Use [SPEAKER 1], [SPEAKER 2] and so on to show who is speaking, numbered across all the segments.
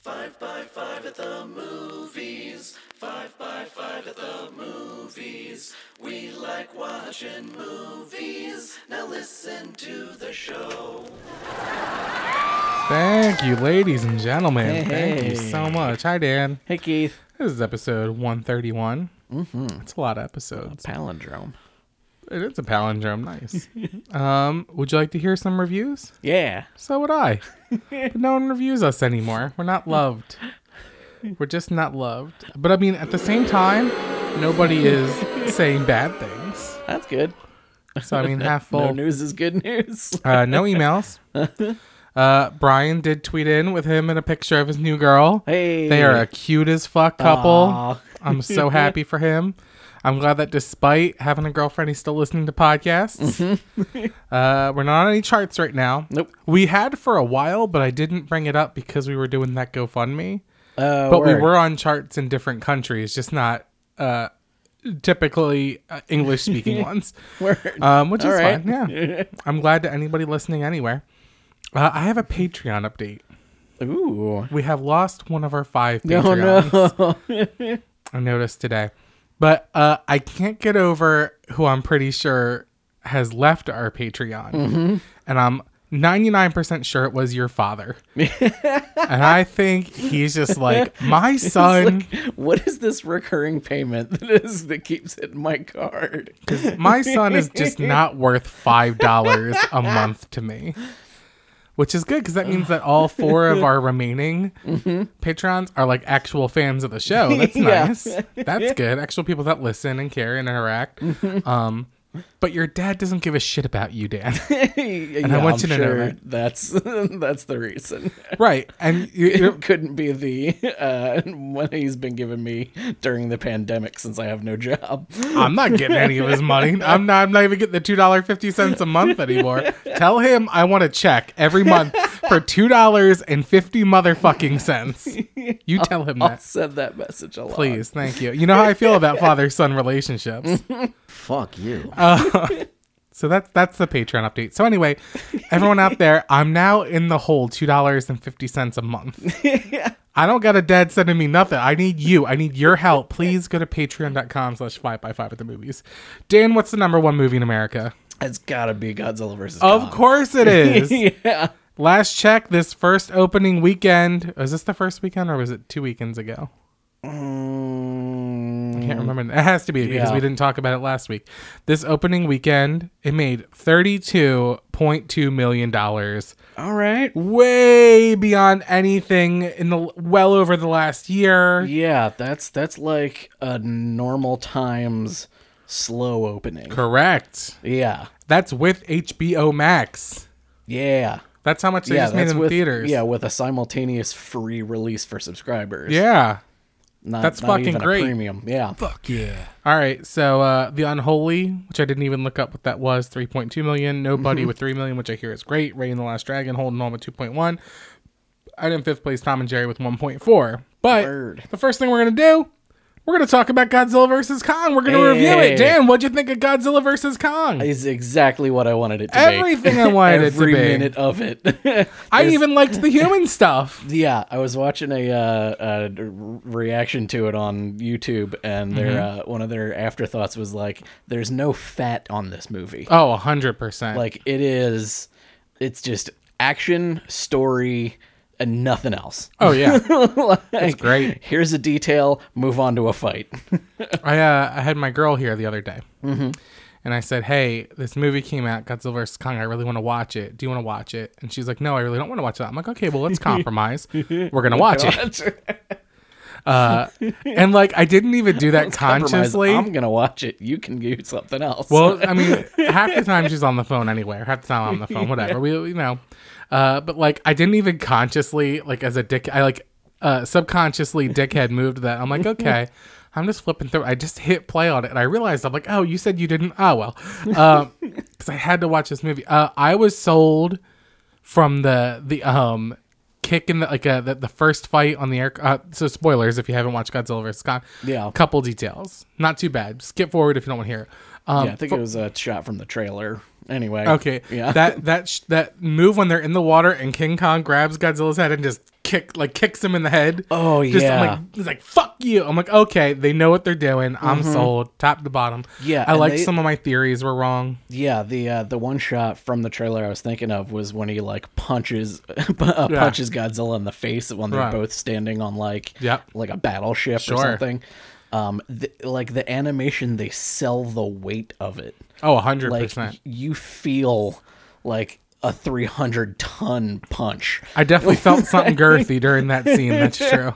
[SPEAKER 1] Five by five at the movies. Five by five at the movies. We like watching movies. Now listen to the show.
[SPEAKER 2] Thank you, ladies and gentlemen.
[SPEAKER 3] Hey,
[SPEAKER 2] Thank you
[SPEAKER 3] hey.
[SPEAKER 2] so much. Hi, Dan.
[SPEAKER 3] Hey Keith.
[SPEAKER 2] This is episode 131. Mm-hmm. It's a lot of episodes.
[SPEAKER 3] Palindrome.
[SPEAKER 2] It is a palindrome. Nice. um, would you like to hear some reviews?
[SPEAKER 3] Yeah.
[SPEAKER 2] So would I. but no one reviews us anymore. We're not loved. We're just not loved. But I mean, at the same time, nobody is saying bad things.
[SPEAKER 3] That's good.
[SPEAKER 2] So I mean, half full.
[SPEAKER 3] No news is good news.
[SPEAKER 2] Uh, no emails. Uh, Brian did tweet in with him and a picture of his new girl.
[SPEAKER 3] Hey.
[SPEAKER 2] They are a cute as fuck couple.
[SPEAKER 3] Aw.
[SPEAKER 2] I'm so happy for him. I'm glad that despite having a girlfriend, he's still listening to podcasts. uh, we're not on any charts right now.
[SPEAKER 3] Mm-hmm. Nope.
[SPEAKER 2] We had for a while, but I didn't bring it up because we were doing that GoFundMe.
[SPEAKER 3] Uh,
[SPEAKER 2] But we
[SPEAKER 3] word.
[SPEAKER 2] were on charts in different countries, just not uh, typically uh, English speaking ones.
[SPEAKER 3] Word.
[SPEAKER 2] Um, which
[SPEAKER 3] All
[SPEAKER 2] is
[SPEAKER 3] right.
[SPEAKER 2] fine. Yeah. I'm glad to anybody listening anywhere. Uh, I have a Patreon update.
[SPEAKER 3] Ooh.
[SPEAKER 2] We have lost one of our five
[SPEAKER 3] Oh
[SPEAKER 2] Patreons.
[SPEAKER 3] no.
[SPEAKER 2] I noticed today. But uh, I can't get over who I'm pretty sure has left our Patreon. And I'm 99% sure it was your father. and I think he's just like, my son,
[SPEAKER 3] what is this recurring payment that is that keeps hitting my card?
[SPEAKER 2] my son is just not worth $5 a month to me. Which is good because that means that all four of our remaining patrons are like actual fans of the show. That's
[SPEAKER 3] Yeah.
[SPEAKER 2] nice. That's good. Actual people that listen and care and interact. um, but your dad doesn't give a shit about you, Dan.
[SPEAKER 3] and
[SPEAKER 2] I want you to know that.
[SPEAKER 3] that's that's the reason.
[SPEAKER 2] right? And you, you
[SPEAKER 3] It couldn't be the uh, one he's been giving me during the pandemic since I have no job.
[SPEAKER 2] I'm not getting any of his money. I'm not. I'm not even getting the two dollar fifty cents a month anymore. Tell him I want a check every month for two dollars and fifty motherfucking cents. You tell him
[SPEAKER 3] I'll
[SPEAKER 2] that,
[SPEAKER 3] send that message a lot.
[SPEAKER 2] please. Thank you. You know how I feel about father son relationships. Uh,
[SPEAKER 4] Fuck you.
[SPEAKER 2] So that's that's the Patreon update. So anyway, everyone out there, I'm now in the hole two dollars and fifty cents a month. I don't got a dad sending me nothing. I need you. I need your help. Please go to patreon.com slash five by five at the movies. Dan, what's the number one movie in America?
[SPEAKER 3] It's gotta be Godzilla versus.
[SPEAKER 2] Of
[SPEAKER 3] Kong.
[SPEAKER 2] course it is.
[SPEAKER 3] yeah.
[SPEAKER 2] Last check, this first opening weekend. Is this the first weekend or was it two weekends ago? I can't remember. It has to be because
[SPEAKER 3] Mm-hmm. Yeah.
[SPEAKER 2] we didn't talk about it last week. This opening weekend, it made $32.2 million.
[SPEAKER 3] All right.
[SPEAKER 2] way beyond anything in the well over the last year.
[SPEAKER 3] Yeah, that's that's like a normal times slow opening.
[SPEAKER 2] Correct.
[SPEAKER 3] Yeah.
[SPEAKER 2] That's with HBO Max.
[SPEAKER 3] Yeah.
[SPEAKER 2] That's how much they
[SPEAKER 3] yeah,
[SPEAKER 2] just made in
[SPEAKER 3] with,
[SPEAKER 2] theaters.
[SPEAKER 3] Yeah, with a simultaneous free release for subscribers.
[SPEAKER 2] Yeah.
[SPEAKER 3] Not,
[SPEAKER 2] that's
[SPEAKER 3] not
[SPEAKER 2] fucking
[SPEAKER 3] even a
[SPEAKER 2] great.
[SPEAKER 3] premium. Yeah.
[SPEAKER 2] Fuck yeah. All right. So uh The Unholy, which I didn't even look up what that was, 3.2 million. Nobody
[SPEAKER 3] Mm-hmm.
[SPEAKER 2] with 3 million, which I hear is great. Ray and the Last Dragon holding on with 2.1. I'm in fifth place Tom and Jerry with 1.4. But
[SPEAKER 3] Word.
[SPEAKER 2] the first thing we're going to do, we're going to talk about Godzilla versus Kong. We're going to review
[SPEAKER 3] Hey.
[SPEAKER 2] it. Dan, what'd you think of Godzilla versus Kong?
[SPEAKER 3] Is exactly what I wanted it to be.
[SPEAKER 2] Everything I wanted it to
[SPEAKER 3] Every
[SPEAKER 2] be.
[SPEAKER 3] minute of it.
[SPEAKER 2] I even liked the human stuff.
[SPEAKER 3] Yeah, I was watching a, uh, a reaction to it on YouTube, and their
[SPEAKER 2] Mm-hmm.
[SPEAKER 3] uh, one of their afterthoughts was like, "There's no fat on this movie.
[SPEAKER 2] Oh, 100%.
[SPEAKER 3] Like it is, it's just action, story, and nothing else.
[SPEAKER 2] oh, yeah.
[SPEAKER 3] like,
[SPEAKER 2] great.
[SPEAKER 3] Here's a detail. Move on to a fight.
[SPEAKER 2] I, uh, I had my girl here the other day.
[SPEAKER 3] Mm-hmm.
[SPEAKER 2] And I said, hey, this movie came out, Godzilla vs. Kong. I really want to watch it. Do you want to watch it? And she's like, no, I really don't want to watch that. I'm like, okay, well, let's compromise. We're going to watch it. And, like, I didn't even do that
[SPEAKER 3] Compromise.
[SPEAKER 2] consciously.
[SPEAKER 3] I'm gonna watch it. You can do something else.
[SPEAKER 2] Well, I mean, half the time she's on the phone anyway. or Half the time I'm on the phone, whatever. We, you know, uh, but like I didn't even consciously, like as a dick, I like uh, subconsciously dickhead moved that. I'm like, okay, I'm just flipping through. I just hit play on it, and I realized I'm like, oh, you said you didn't. Oh well, because I had to watch this movie. Uh, I was sold from the the um kick in the like uh, the, the first fight on the air uh, so spoilers if you haven't watched godzilla vs kong
[SPEAKER 3] Yeah.
[SPEAKER 2] couple details not too bad skip forward if you don't want to hear it um
[SPEAKER 3] yeah, I think it was a shot from the trailer. Anyway.
[SPEAKER 2] Okay.
[SPEAKER 3] Yeah.
[SPEAKER 2] That that sh- that move when they're in the water and King Kong grabs Godzilla's head and just kick like kicks him in the head.
[SPEAKER 3] Oh,
[SPEAKER 2] Just, I'm
[SPEAKER 3] yeah.
[SPEAKER 2] like, it's like fuck you. I'm like, okay, they know what they're doing. I'm sold, top to bottom.
[SPEAKER 3] Mm-hmm. Yeah,
[SPEAKER 2] I
[SPEAKER 3] and
[SPEAKER 2] like
[SPEAKER 3] they-
[SPEAKER 2] some of my theories were wrong.
[SPEAKER 3] Yeah, the uh, the one shot from the trailer I was thinking of was when he like punches uh,
[SPEAKER 2] Yeah.
[SPEAKER 3] punches Godzilla in the face when they're
[SPEAKER 2] Right.
[SPEAKER 3] both standing on like
[SPEAKER 2] Yep.
[SPEAKER 3] like a battleship
[SPEAKER 2] Sure.
[SPEAKER 3] or something. Um, th- like the animation, they sell the weight of it.
[SPEAKER 2] Oh, hundred
[SPEAKER 3] Like
[SPEAKER 2] percent.
[SPEAKER 3] you feel like a three hundred ton punch.
[SPEAKER 2] I definitely felt something girthy during that scene. That's true.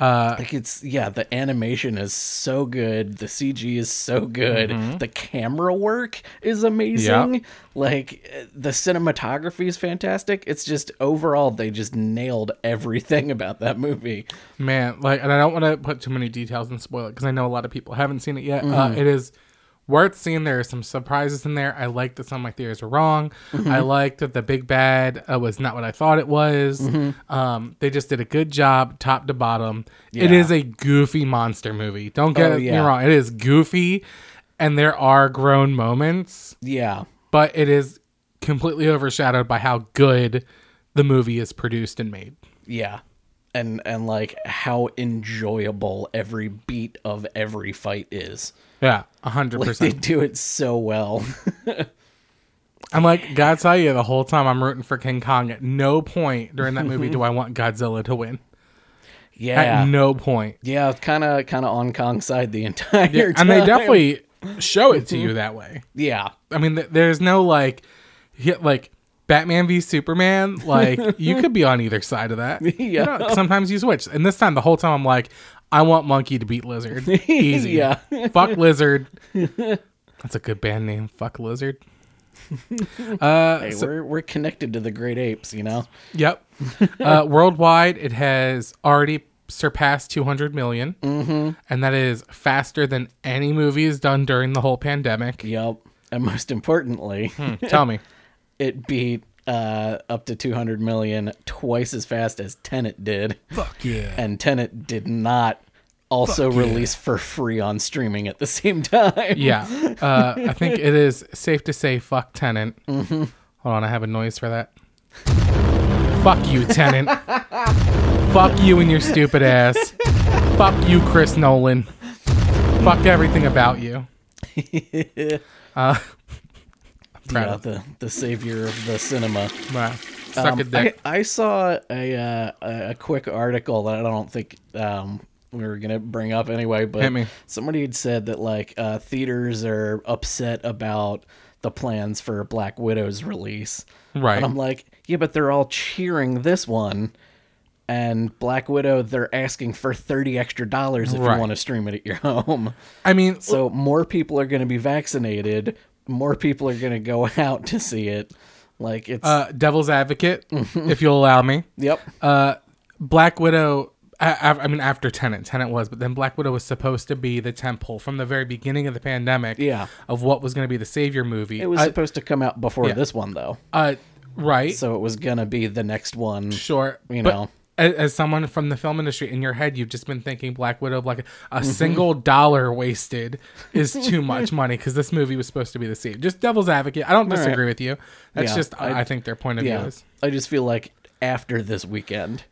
[SPEAKER 3] like it's yeah, the animation is so good, the CG is so good,
[SPEAKER 2] Mm-hmm.
[SPEAKER 3] the camera work is amazing. Like uh, the cinematography is fantastic. It's just overall they just nailed everything about that movie.
[SPEAKER 2] man like and i don't want to put too many details and spoil it because i know a lot of people haven't seen it yet uh,
[SPEAKER 3] Mm-hmm.
[SPEAKER 2] it is worth seeing there are some surprises in there i like that some of my theories were wrong
[SPEAKER 3] Mm-hmm.
[SPEAKER 2] i liked that the big bad uh, was not what i thought it was
[SPEAKER 3] Mm-hmm.
[SPEAKER 2] um, they just did a good job top to bottom it
[SPEAKER 3] Yeah.
[SPEAKER 2] is a goofy monster movie don't get
[SPEAKER 3] Oh,
[SPEAKER 2] me
[SPEAKER 3] yeah.
[SPEAKER 2] wrong it is goofy and there are grown moments
[SPEAKER 3] Yeah.
[SPEAKER 2] but it is completely overshadowed by how good the movie is produced and made
[SPEAKER 3] Yeah. And and like how enjoyable every beat of every fight is.
[SPEAKER 2] yeah 100%
[SPEAKER 3] Like they do it so well.
[SPEAKER 2] I'm like, gotta tell you, the whole time I'm rooting for King Kong. At no point during that movie do I want Godzilla to win.
[SPEAKER 3] yeah.
[SPEAKER 2] At no point.
[SPEAKER 3] yeah, kind of kind of on Kong's side the entire
[SPEAKER 2] Yeah,
[SPEAKER 3] time.
[SPEAKER 2] and they definitely show it to
[SPEAKER 3] Mm-hmm.
[SPEAKER 2] you that way.
[SPEAKER 3] Yeah.
[SPEAKER 2] I mean, th- there's no like, hit like Batman v Superman. Like you could be on either side of that. You know, sometimes you switch, and this time the whole time I'm like, I want Monkey to beat Lizard. Easy.
[SPEAKER 3] Yeah.
[SPEAKER 2] Fuck Lizard. That's a good band name. Fuck Lizard. Uh,
[SPEAKER 3] Hey, we're we're connected to the great apes, you know.
[SPEAKER 2] Yep. uh, worldwide, it has already surpassed 200 million, and that is faster than any movie has done during the whole pandemic.
[SPEAKER 3] Yep. And most importantly,
[SPEAKER 2] Tell me.
[SPEAKER 3] it beat uh, up to 200 million twice as fast as Tenet did.
[SPEAKER 2] Fuck yeah.
[SPEAKER 3] And Tenet did not also release for free on streaming at the same time.
[SPEAKER 2] Yeah. Uh, I think it is safe to say fuck Tenant. Hold on, I have a noise for that. Fuck you, Tenant. fuck you and your stupid ass. fuck you, Chris Nolan. Fuck everything about you. Uh, proud
[SPEAKER 3] Yeah,
[SPEAKER 2] of
[SPEAKER 3] the, the savior of the cinema.
[SPEAKER 2] Wow. Suck
[SPEAKER 3] Um,
[SPEAKER 2] a dick.
[SPEAKER 3] I, I saw a, uh, a a quick article that I don't think um, we were gonna bring up anyway,
[SPEAKER 2] Hit
[SPEAKER 3] but
[SPEAKER 2] me.
[SPEAKER 3] somebody had said that like uh, theaters are upset about the plans for Black Widow's release,
[SPEAKER 2] Right.
[SPEAKER 3] And I'm like, yeah, but they're all cheering this one. And Black Widow, they're asking for thirty extra dollars if
[SPEAKER 2] Right.
[SPEAKER 3] you want to stream it at your home.
[SPEAKER 2] I mean, so,
[SPEAKER 3] So more people are going to be vaccinated. More people are going to go out to see it. Like it's
[SPEAKER 2] uh, devil's advocate,
[SPEAKER 3] Mm-hmm.
[SPEAKER 2] if you'll allow me.
[SPEAKER 3] yep.
[SPEAKER 2] Uh, Black Widow. I, I I mean, after Tenant, Tenant was, but then Black Widow was supposed to be the temple from the very beginning of the pandemic.
[SPEAKER 3] Yeah.
[SPEAKER 2] Of what was going to be the savior movie.
[SPEAKER 3] It was
[SPEAKER 2] Uh,
[SPEAKER 3] supposed to come out before
[SPEAKER 2] yeah.
[SPEAKER 3] this one, though.
[SPEAKER 2] uh, right.
[SPEAKER 3] So it was gonna be the next one.
[SPEAKER 2] sure.
[SPEAKER 3] you know.
[SPEAKER 2] As, as someone from the film industry, in your head, you've just been thinking Black Widow. Black
[SPEAKER 3] Mm-hmm.
[SPEAKER 2] a single dollar wasted is too much money because this movie was supposed to be the savior. Just devil's advocate. I don't
[SPEAKER 3] right.
[SPEAKER 2] disagree with you. That's
[SPEAKER 3] Yeah,
[SPEAKER 2] just I,
[SPEAKER 3] I-
[SPEAKER 2] I think their point of
[SPEAKER 3] Yeah.
[SPEAKER 2] view is.
[SPEAKER 3] I just feel like after this weekend,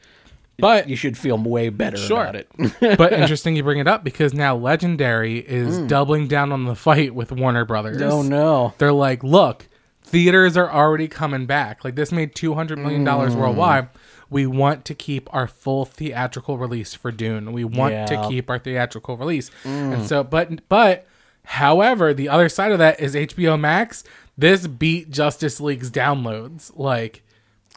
[SPEAKER 2] But
[SPEAKER 3] you should feel way better
[SPEAKER 2] Sure.
[SPEAKER 3] about it.
[SPEAKER 2] but interesting you bring it up because now Legendary is doubling down on the fight with Warner Brothers.
[SPEAKER 3] oh no.
[SPEAKER 2] They're like, look, theaters are already coming back. Like this made two hundred million dollars
[SPEAKER 3] Mm.
[SPEAKER 2] worldwide. We want to keep our full theatrical release for Dune. We want to
[SPEAKER 3] Yeah. Mm.
[SPEAKER 2] keep our theatrical release. And so but but however, the other side of that is HBO Max. This beat Justice League's downloads. Like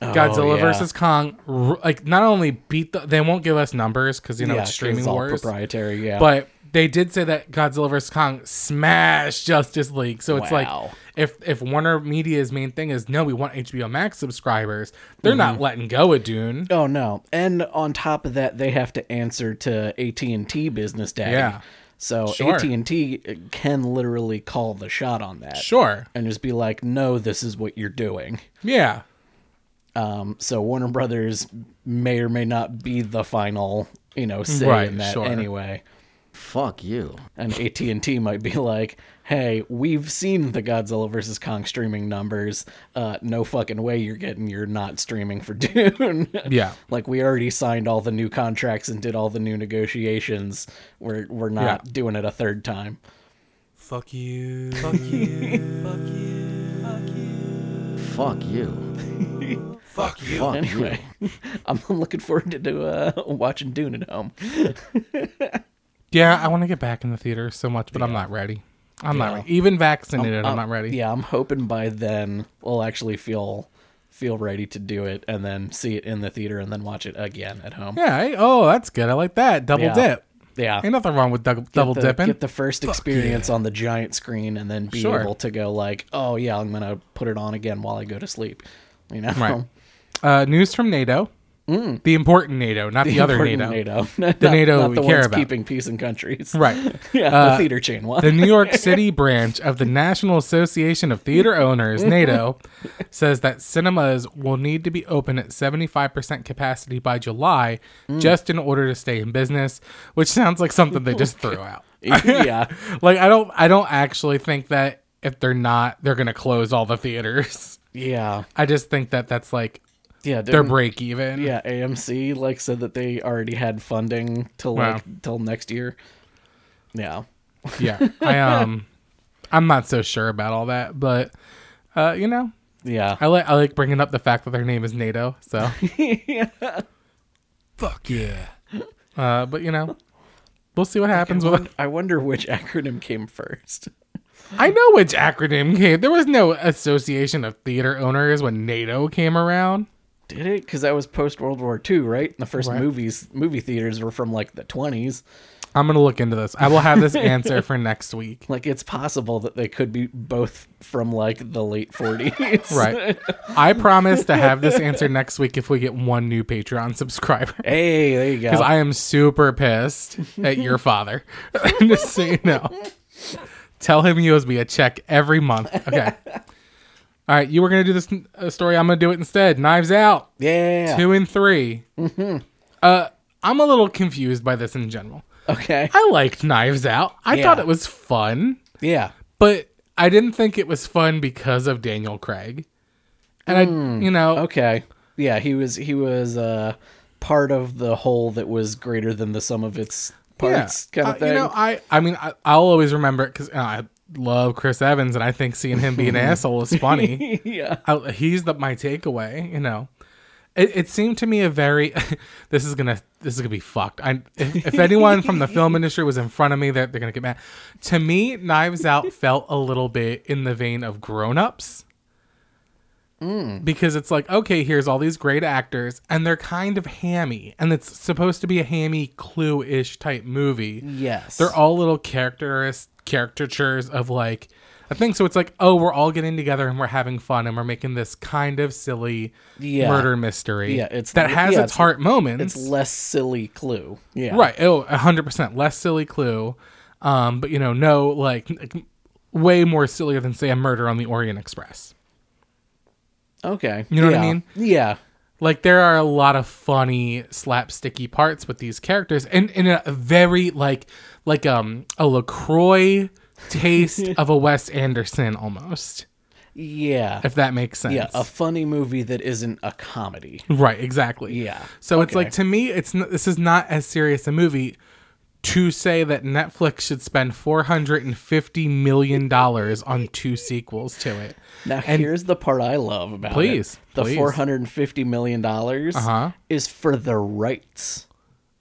[SPEAKER 2] Godzilla
[SPEAKER 3] Oh, yeah.
[SPEAKER 2] versus Kong, r- like not only beat the, they won't give us numbers because you know
[SPEAKER 3] Yeah, 'cause
[SPEAKER 2] it's streaming
[SPEAKER 3] it's all
[SPEAKER 2] wars,
[SPEAKER 3] proprietary. Yeah,
[SPEAKER 2] but they did say that Godzilla vs Kong smashed Justice League. So it's
[SPEAKER 3] Wow.
[SPEAKER 2] like if if Warner Media's main thing is no, we want HBO Max subscribers, they're
[SPEAKER 3] Mm-hmm.
[SPEAKER 2] not letting go of Dune.
[SPEAKER 3] oh no. And on top of that, they have to answer to AT and T business daddy.
[SPEAKER 2] Yeah.
[SPEAKER 3] So
[SPEAKER 2] Sure.
[SPEAKER 3] AT and T uh, can literally call the shot on that
[SPEAKER 2] Sure,
[SPEAKER 3] and just be like, "No, this is what you're doing."
[SPEAKER 2] yeah,
[SPEAKER 3] Um, so Warner Brothers may or may not be the final, you know, say
[SPEAKER 2] Right,
[SPEAKER 3] in that
[SPEAKER 2] sure.
[SPEAKER 3] anyway.
[SPEAKER 4] Fuck you.
[SPEAKER 3] and AT&T might be like, "Hey, we've seen the Godzilla versus Kong streaming numbers. Uh, no fucking way you're getting you're not streaming for Dune."
[SPEAKER 2] Yeah.
[SPEAKER 3] like we already signed all the new contracts and did all the new negotiations. We're we're not
[SPEAKER 2] Yeah.
[SPEAKER 3] doing it a third time.
[SPEAKER 2] Fuck you.
[SPEAKER 4] Fuck you. Fuck you. Fuck
[SPEAKER 3] Anyway, I'm looking forward to do, uh, watching Dune at home.
[SPEAKER 2] Yeah, I want to get back in the theater so much, but I'm not ready. I'm not ready. even vaccinated. I'm,
[SPEAKER 3] Um,
[SPEAKER 2] not ready.
[SPEAKER 3] Yeah, I'm hoping by then we'll actually feel feel ready to do it and then see it in the theater and then watch it again at home.
[SPEAKER 2] Yeah. I- oh, that's good. I like that. Double
[SPEAKER 3] Yeah.
[SPEAKER 2] dip.
[SPEAKER 3] Yeah.
[SPEAKER 2] Ain't nothing wrong with dou- double
[SPEAKER 3] the,
[SPEAKER 2] dipping.
[SPEAKER 3] Get the first experience on the giant screen and then be
[SPEAKER 2] Sure.
[SPEAKER 3] able to go like, oh yeah, I'm gonna put it on again while I go to sleep. You know,
[SPEAKER 2] Right. uh, news from NATO. The important NATO, not the, other
[SPEAKER 3] Mm. Important
[SPEAKER 2] NATO.
[SPEAKER 3] not,
[SPEAKER 2] NATO
[SPEAKER 3] not the
[SPEAKER 2] we care
[SPEAKER 3] ones
[SPEAKER 2] about.
[SPEAKER 3] keeping peace in countries.
[SPEAKER 2] Right. Uh,
[SPEAKER 3] Yeah, the theater chain one.
[SPEAKER 2] The New York City branch of the National Association of Theater Owners, NATO, says that cinemas will need to be open at 75% capacity by July just in order to stay in business, which sounds like something they just threw out.
[SPEAKER 3] yeah,
[SPEAKER 2] Like I don't I don't actually think that if they're not they're going to close all the theaters.
[SPEAKER 3] yeah,
[SPEAKER 2] I just think that that's like
[SPEAKER 3] yeah.
[SPEAKER 2] their
[SPEAKER 3] didn't-
[SPEAKER 2] break even.
[SPEAKER 3] Yeah, AMC like said that they already had funding till like
[SPEAKER 2] Wow.
[SPEAKER 3] till next year. Yeah.
[SPEAKER 2] Yeah. I um I'm not so sure about all that, but uh you know,
[SPEAKER 3] Yeah.
[SPEAKER 2] I like I like bringing up the fact that their name is NATO. So fuck yeah. Uh, but you know, we'll see what happens with.
[SPEAKER 3] I wonder which acronym came first.
[SPEAKER 2] I know which acronym came. There was no Association of Theater Owners when NATO came around.
[SPEAKER 3] Did it? Because that was post World War II, right? The first
[SPEAKER 2] Right.
[SPEAKER 3] movies, movie theaters were from like the 20s.
[SPEAKER 2] I'm gonna look into this. I will have this answer for next week.
[SPEAKER 3] Like it's possible that they could be both from like the late 40s.
[SPEAKER 2] Right. I promise to have this answer next week if we get one new Patreon subscriber.
[SPEAKER 3] Hey, there you go.
[SPEAKER 2] Because I am super pissed at your father. Just so you know. Tell him he owes me a check every month. Okay. All right. You were going to do this uh, story. I'm going to do it instead. Knives Out,
[SPEAKER 3] yeah. Mm-hmm.
[SPEAKER 2] two and 3 Uh, I'm a little confused by this in general.
[SPEAKER 3] Okay.
[SPEAKER 2] I liked Knives Out, I
[SPEAKER 3] Yeah.
[SPEAKER 2] thought it was fun,
[SPEAKER 3] Yeah.
[SPEAKER 2] but I didn't think it was fun because of Daniel Craig. And
[SPEAKER 3] Hmm.
[SPEAKER 2] I, you know,
[SPEAKER 3] Okay. Yeah, he was he was uh part of the whole that was greater than the sum of its parts kind of
[SPEAKER 2] Uh,
[SPEAKER 3] thing.
[SPEAKER 2] You know, I I mean, I, I'll always remember it because I love Chris Evans, and I think seeing him be an asshole is funny.
[SPEAKER 3] yeah.
[SPEAKER 2] I, he's the my takeaway. You know, it, it seemed to me a very. this is gonna this is gonna be fucked. I, if, if anyone from the film industry was in front of me, they're, they're gonna get mad. To me, Knives Out felt a little bit in the vein of Grown Ups. Because it's like, okay, here's all these great actors, and they're kind of hammy, and it's supposed to be a hammy, clue ish type movie
[SPEAKER 3] Yes.
[SPEAKER 2] they're all little characteris caricatures of like I think so it's like oh we're all getting together and we're having fun and we're making this kind of silly
[SPEAKER 3] Yeah.
[SPEAKER 2] murder mystery
[SPEAKER 3] Yeah, it's-
[SPEAKER 2] that has
[SPEAKER 3] yeah,
[SPEAKER 2] its
[SPEAKER 3] it's-
[SPEAKER 2] heart moments
[SPEAKER 3] it's less silly clue. Yeah.
[SPEAKER 2] right oh 100% less silly clue um but you know no like n- way more sillier than say a murder on the Orient Express
[SPEAKER 3] Okay.
[SPEAKER 2] You know what I
[SPEAKER 3] Yeah.
[SPEAKER 2] mean?
[SPEAKER 3] Yeah.
[SPEAKER 2] like there are a lot of funny slapsticky parts with these characters and in a very like like um a lacroix taste of a wes anderson almost
[SPEAKER 3] Yeah.
[SPEAKER 2] if that makes sense
[SPEAKER 3] Yeah, a funny movie that isn't a comedy.
[SPEAKER 2] right exactly
[SPEAKER 3] Yeah.
[SPEAKER 2] so it's like to me it's n- this is not as serious a movie to say that netflix should spend 450 million dollars on two sequels to it
[SPEAKER 3] Now here's the part I love about
[SPEAKER 2] Please,
[SPEAKER 3] it. The
[SPEAKER 2] please.
[SPEAKER 3] 450 million dollars
[SPEAKER 2] Uh-huh.
[SPEAKER 3] is for the rights.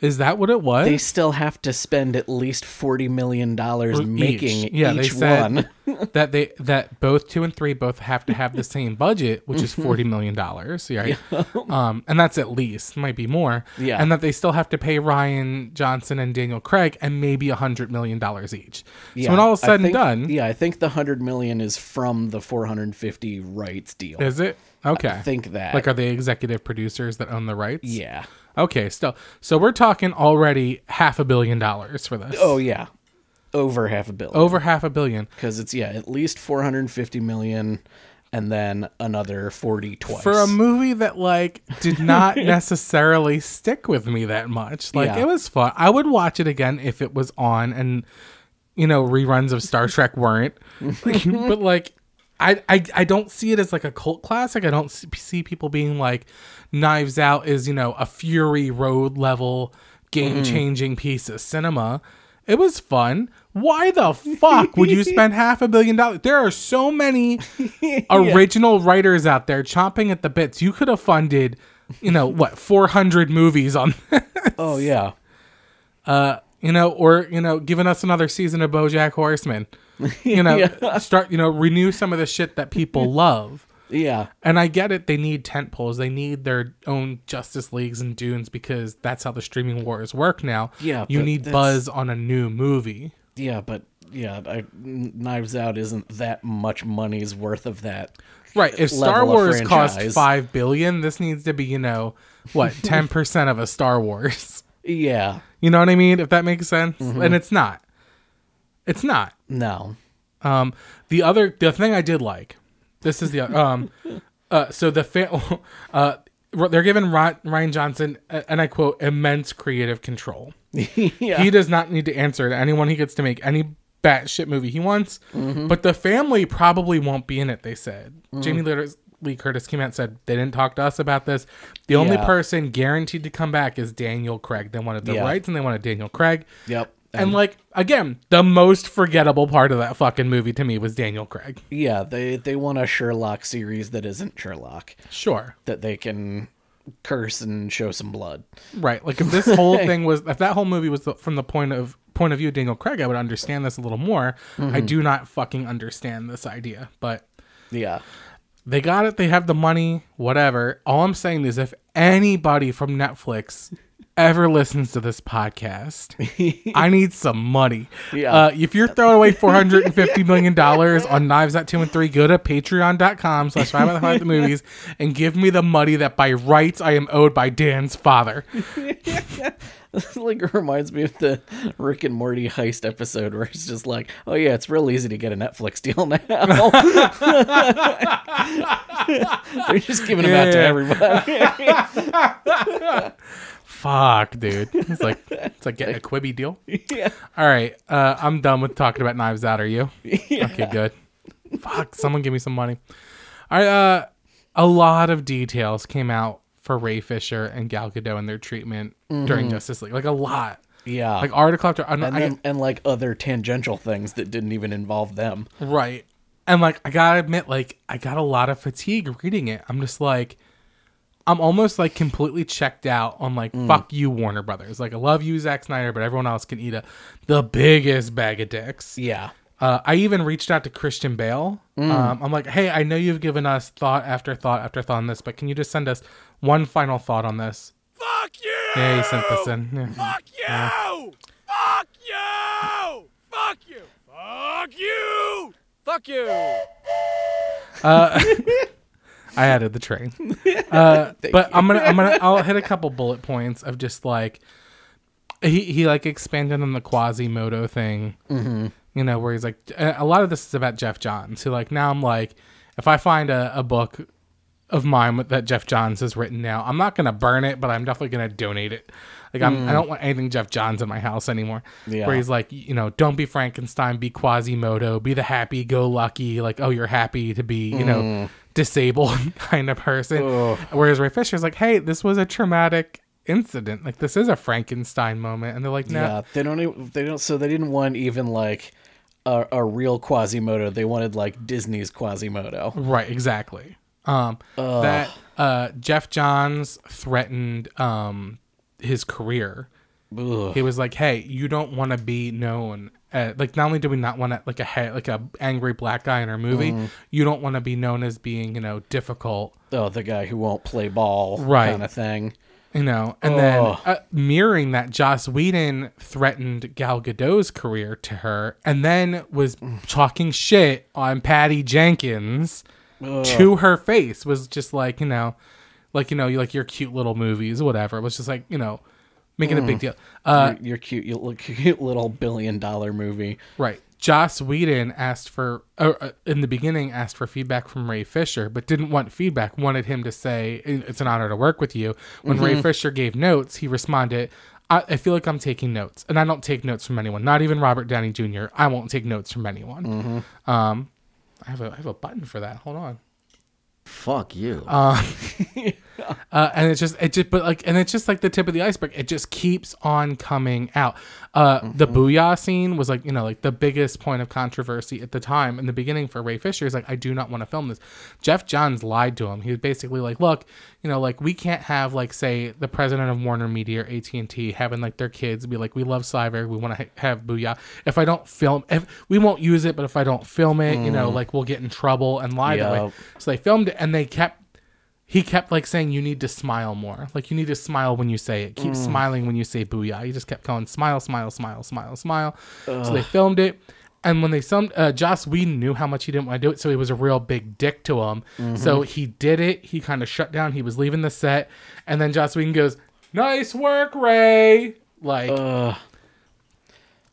[SPEAKER 2] is that what it was
[SPEAKER 3] They still have to spend at least 40 million dollars making each,
[SPEAKER 2] Yeah, they said
[SPEAKER 3] one.
[SPEAKER 2] that they that both two and three both have to have the same budget, which
[SPEAKER 3] Mm-hmm.
[SPEAKER 2] is forty million dollars, right? Um, and that's at least might be more.
[SPEAKER 3] Yeah.
[SPEAKER 2] and that they still have to pay Ryan Johnson and Daniel Craig and maybe a hundred million dollars each. so when all is
[SPEAKER 3] I
[SPEAKER 2] said and
[SPEAKER 3] think-
[SPEAKER 2] done,
[SPEAKER 3] Yeah, I think the 100 million is from the 450 rights deal.
[SPEAKER 2] is it okay?
[SPEAKER 3] I think that.
[SPEAKER 2] like are they executive producers that own the rights?
[SPEAKER 3] yeah.
[SPEAKER 2] Okay, still, so we're talking already half a billion dollars for this.
[SPEAKER 3] Oh yeah. Over half a billion.
[SPEAKER 2] Oh. over half a billion.
[SPEAKER 3] because it's yeah at least 450 million and then another 40 twice.
[SPEAKER 2] for a movie that like did not necessarily stick with me that much. Like
[SPEAKER 3] Yeah.
[SPEAKER 2] it was fun. I would watch it again if it was on and you know reruns of Star Trek weren't. Like, but like I, I I don't see it as like a cult classic. I don't s- see people being like Knives Out is, you know, a Fury Road level game-changing piece of cinema. It was fun. Why the fuck would you spend half a billion dollars? There are so many original writers out there chomping at the bits. You could have funded, you know, what, 400 movies on,
[SPEAKER 3] oh yeah.
[SPEAKER 2] you know, or, you know, giving us another season of Bojack Horseman. You know,
[SPEAKER 3] Yeah.
[SPEAKER 2] start, you know, renew some of the shit that people love.
[SPEAKER 3] Yeah.
[SPEAKER 2] And I get it. They need tent poles. They need their own Justice Leagues and Dunes because that's how the streaming wars work now.
[SPEAKER 3] Yeah,
[SPEAKER 2] You
[SPEAKER 3] but
[SPEAKER 2] need
[SPEAKER 3] that's-
[SPEAKER 2] buzz on a new movie.
[SPEAKER 3] Yeah, but yeah, I, Knives Out isn't that much money's worth of that.
[SPEAKER 2] Right. If Star
[SPEAKER 3] level of
[SPEAKER 2] Wars cost
[SPEAKER 3] franchise.
[SPEAKER 2] 5 billion, this needs to be, you know, what, 10% of a Star Wars.
[SPEAKER 3] Yeah.
[SPEAKER 2] You know what I mean? If that makes sense.
[SPEAKER 3] Mm-hmm.
[SPEAKER 2] And it's not. It's not.
[SPEAKER 3] No.
[SPEAKER 2] Um, the other the thing I did like, this is the um, uh, so the fa- uh, they're giving Ron, Ryan Johnson uh, and I quote immense creative control.
[SPEAKER 3] yeah.
[SPEAKER 2] He does not need to answer to anyone. He gets to make any batshit movie he wants.
[SPEAKER 3] Mm-hmm.
[SPEAKER 2] But the family probably won't be in it. They said
[SPEAKER 3] Mm.
[SPEAKER 2] Jamie Lee- Lee Curtis came out and said they didn't talk to us about this. The only
[SPEAKER 3] Yeah.
[SPEAKER 2] person guaranteed to come back is Daniel Craig. They wanted the
[SPEAKER 3] Yeah.
[SPEAKER 2] rights and they wanted Daniel Craig.
[SPEAKER 3] Yep.
[SPEAKER 2] And, like again, the most forgettable part of that fucking movie to me was Daniel Craig.
[SPEAKER 3] Yeah, they they want a Sherlock series that isn't Sherlock
[SPEAKER 2] Sure.
[SPEAKER 3] that they can curse and show some blood.
[SPEAKER 2] Right. Like if this whole thing was if that whole movie was the, from the point of point of view of Daniel Craig, I would understand this a little more. I do not fucking understand this idea, but
[SPEAKER 3] Yeah.
[SPEAKER 2] they got it, they have the money, whatever. All I'm saying is if anybody from Netflix ever listens to this podcast, I need some money.
[SPEAKER 3] Yeah.
[SPEAKER 2] Uh, if you're throwing away $450 million on Knives Out 2 and 3, go to patreon.com slash Five Out of the Movies and give me the money that by rights I am owed by Dan's father.
[SPEAKER 3] This like reminds me of the Rick and Morty heist episode where it's just like, oh yeah, it's real easy to get a Netflix deal now. They're just giving them out to
[SPEAKER 2] Yeah.
[SPEAKER 3] everybody.
[SPEAKER 2] Fuck, dude. It's like it's like getting a Quibi deal. All right, uh, I'm done with talking about Knives Out. Are you? Okay, good. Fuck, someone give me some money. All right, uh, a lot of details came out for Ray Fisher and Gal Gadot and their treatment during Justice League. Like a lot.
[SPEAKER 3] Mm-hmm. yeah.
[SPEAKER 2] Like article after. I'm,
[SPEAKER 3] and,
[SPEAKER 2] I,
[SPEAKER 3] then, and like other tangential things that didn't even involve them.
[SPEAKER 2] Right. And like I gotta admit, like I got a lot of fatigue reading it. I'm just like I'm almost like completely checked out on like fuck you, Warner Brothers. Like I love you, Zack Snyder, but everyone else can eat a the biggest bag of dicks.
[SPEAKER 3] Yeah.
[SPEAKER 2] Uh, I even reached out to Christian Bale. Um, I'm like, hey, I know you've given us thought after thought after thought on this, but can you just send us one final thought on this?
[SPEAKER 5] Fuck you!
[SPEAKER 2] Yeah, he sent this in. Yeah.
[SPEAKER 5] Fuck you! Fuck you! Fuck you! Fuck you! Fuck you!
[SPEAKER 2] I added the train. Uh, but I'm gonna I'm gonna I'll hit a couple bullet points of just like he he like expanded on the Quasimodo thing. You know where he's like a a lot of this is about Jeff Johns. Who like now I'm like if I find a, a book of mine with- that Jeff Johns has written now, I'm not gonna burn it, but I'm definitely gonna donate it. Like I'm I don't want anything Jeff Johns in my house anymore.
[SPEAKER 3] Yeah.
[SPEAKER 2] Where he's like you know don't be Frankenstein, be Quasimodo, be the happy go lucky like oh you're happy to be you know disabled kind of person. Whereas Ray Fisher's like, hey, this was a traumatic incident. Like this is a Frankenstein moment, and they're like, no,
[SPEAKER 3] Yeah, they don't. Even, they don't. So they didn't want even like a, a real Quasimodo. They wanted like Disney's Quasimodo.
[SPEAKER 2] right, exactly. Um, that uh, Jeff Johns threatened um his career.
[SPEAKER 3] Ugh.
[SPEAKER 2] He was like, hey, you don't want to be known. Uh, like not only do we not want to like a he- like a angry black guy in our movie, you don't want to be known as being you know difficult
[SPEAKER 3] Oh, the guy who won't play ball,
[SPEAKER 2] Right.
[SPEAKER 3] Kind of thing.
[SPEAKER 2] You know, and then uh, mirroring that, Joss Whedon threatened Gal Gadot's career to her, and then was talking shit on Patty Jenkins to her face. Was just like, you know, like you know, you like your cute little movies, whatever. It was just like, you know, making a big deal. Uh,
[SPEAKER 3] your, your cute, you look cute little billion dollar movie.
[SPEAKER 2] Right. Joss Whedon asked for, or, uh, in the beginning, asked for feedback from Ray Fisher, but didn't want feedback, wanted him to say, It's an honor to work with you. When Ray Fisher gave notes, he responded, I, I feel like I'm taking notes, and I don't take notes from anyone, not even Robert Downey Jr. I won't take notes from anyone. Um, I have a I have a button for that. Hold on.
[SPEAKER 4] Fuck you.
[SPEAKER 2] Uh, and it's just it just but like and it's just like the tip of the iceberg. It just keeps on coming out. Uh, The booyah scene was like you know like the biggest point of controversy at the time in the beginning for Ray Fisher. He's like, I do not want to film this. Jeff Johns lied to him. He was basically like, look, you know, like we can't have like say the president of Warner Media or AT and T having like their kids be like, we love Cyber, we want to ha- have booyah. If I don't film, if we won't use it, but if I don't film it, you know, like we'll get in trouble and lie that way.
[SPEAKER 3] Yup.
[SPEAKER 2] So they filmed it and they kept he kept like saying you need to smile more. Like you need to smile when you say it. Keep smiling when you say booyah. He just kept going smile, smile, smile, smile, smile. So they filmed it. And when they filmed, uh, Joss Whedon knew how much he didn't want to do it, so he was a real big dick to him. So he did it. He kind of shut down. He was leaving the set, and then Joss Whedon goes, "Nice work, Ray!" Like,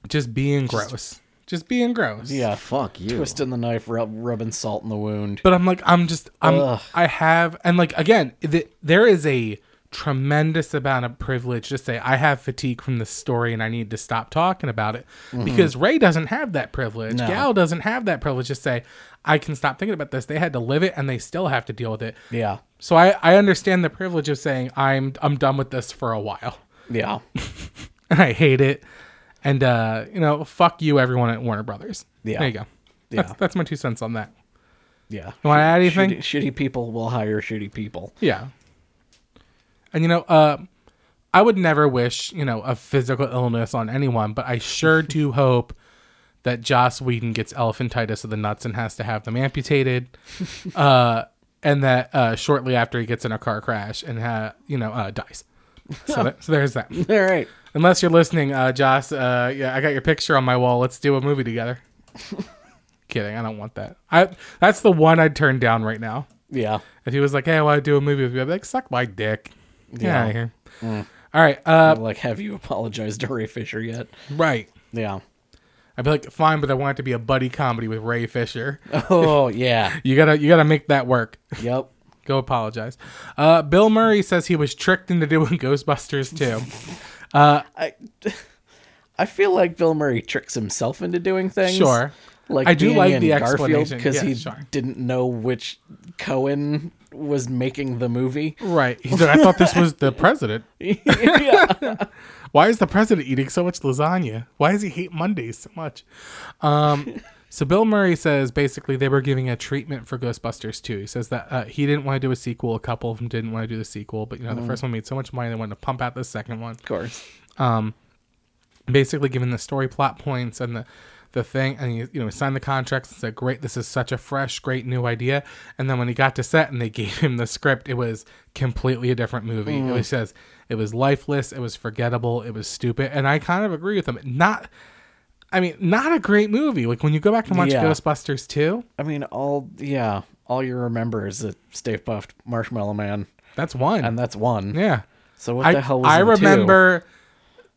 [SPEAKER 2] just being gross. Just, being gross.
[SPEAKER 3] Yeah.
[SPEAKER 4] Fuck you.
[SPEAKER 3] Twisting the knife, rub, rubbing salt in the wound.
[SPEAKER 2] But I'm like, I'm just, I'm,
[SPEAKER 3] Ugh.
[SPEAKER 2] I have, and like again, th- there is a tremendous amount of privilege to say I have fatigue from this story and I need to stop talking about it because Ray doesn't have that privilege.
[SPEAKER 3] Mm-hmm. No.
[SPEAKER 2] Gal doesn't have that privilege to say I can stop thinking about this. They had to live it and they still have to deal with it.
[SPEAKER 3] Yeah.
[SPEAKER 2] So I, I understand the privilege of saying I'm, I'm done with this for a while.
[SPEAKER 3] Yeah.
[SPEAKER 2] And I hate it. And uh, you know, fuck you, everyone at Warner Brothers.
[SPEAKER 3] Yeah.
[SPEAKER 2] There you go.
[SPEAKER 3] Yeah.
[SPEAKER 2] That's, that's my two cents on that.
[SPEAKER 3] Yeah.
[SPEAKER 2] You want to add anything?
[SPEAKER 3] Shitty, shitty people will hire shitty people.
[SPEAKER 2] Yeah. And you know, uh, I would never wish you know a physical illness on anyone, but I sure do hope that Joss Whedon gets elephantitis of the nuts and has to have them amputated, uh, and that uh, shortly after he gets in a car crash and ha- you know uh, dies. So, that, so there's that.
[SPEAKER 3] All right.
[SPEAKER 2] Unless you're listening, uh, Joss, uh, yeah, I got your picture on my wall. Let's do a movie together. Kidding, I don't want that. I that's the one I'd turn down right now.
[SPEAKER 3] Yeah.
[SPEAKER 2] If he was like, "Hey, I want to do a movie with you," I'd be like, "Suck my dick." Get
[SPEAKER 3] Yeah. Mm.
[SPEAKER 2] outta here. All right. Uh,
[SPEAKER 3] Like, have you apologized to Ray Fisher yet?
[SPEAKER 2] right.
[SPEAKER 3] Yeah.
[SPEAKER 2] I'd be like, "Fine," but I want it to be a buddy comedy with Ray Fisher.
[SPEAKER 3] Oh, yeah.
[SPEAKER 2] You gotta, you gotta make that work.
[SPEAKER 3] yep.
[SPEAKER 2] Go apologize. Uh, Bill Murray says he was tricked into doing Ghostbusters too.
[SPEAKER 3] I I feel like Bill Murray tricks himself into doing things.
[SPEAKER 2] Sure.
[SPEAKER 3] Like
[SPEAKER 2] I do
[SPEAKER 3] being
[SPEAKER 2] like
[SPEAKER 3] in
[SPEAKER 2] the
[SPEAKER 3] Garfield
[SPEAKER 2] explanation.
[SPEAKER 3] because
[SPEAKER 2] Yeah,
[SPEAKER 3] he
[SPEAKER 2] sure.
[SPEAKER 3] didn't know which Cohen was making the movie.
[SPEAKER 2] right. He said, "I thought this was the president.
[SPEAKER 3] yeah.
[SPEAKER 2] Why is the president eating so much lasagna? Why does he hate Mondays so much?" Um, so Bill Murray says basically they were giving a treatment for Ghostbusters 2. He says that uh, he didn't want to do a sequel. A couple of them didn't want to do the sequel, but you know the first one made so much money they wanted to pump out the second one.
[SPEAKER 3] Of course.
[SPEAKER 2] Basically, giving the story plot points and the the thing, and he, you know he signed the contracts and said, "Great, this is such a fresh, great new idea." And then when he got to set and they gave him the script, it was completely a different movie.
[SPEAKER 3] Mm.
[SPEAKER 2] It was says it was lifeless, it was forgettable, it was stupid, and I kind of agree with him. Not. I mean, not a great movie. Like when you go back and watch
[SPEAKER 3] Yeah.
[SPEAKER 2] Ghostbusters 2,
[SPEAKER 3] I mean, all yeah, all you remember is the Stay Puffed Marshmallow Man,
[SPEAKER 2] That's one.
[SPEAKER 3] and that's one.
[SPEAKER 2] yeah.
[SPEAKER 3] So what
[SPEAKER 2] I,
[SPEAKER 3] the hell was
[SPEAKER 2] I
[SPEAKER 3] in two?
[SPEAKER 2] remember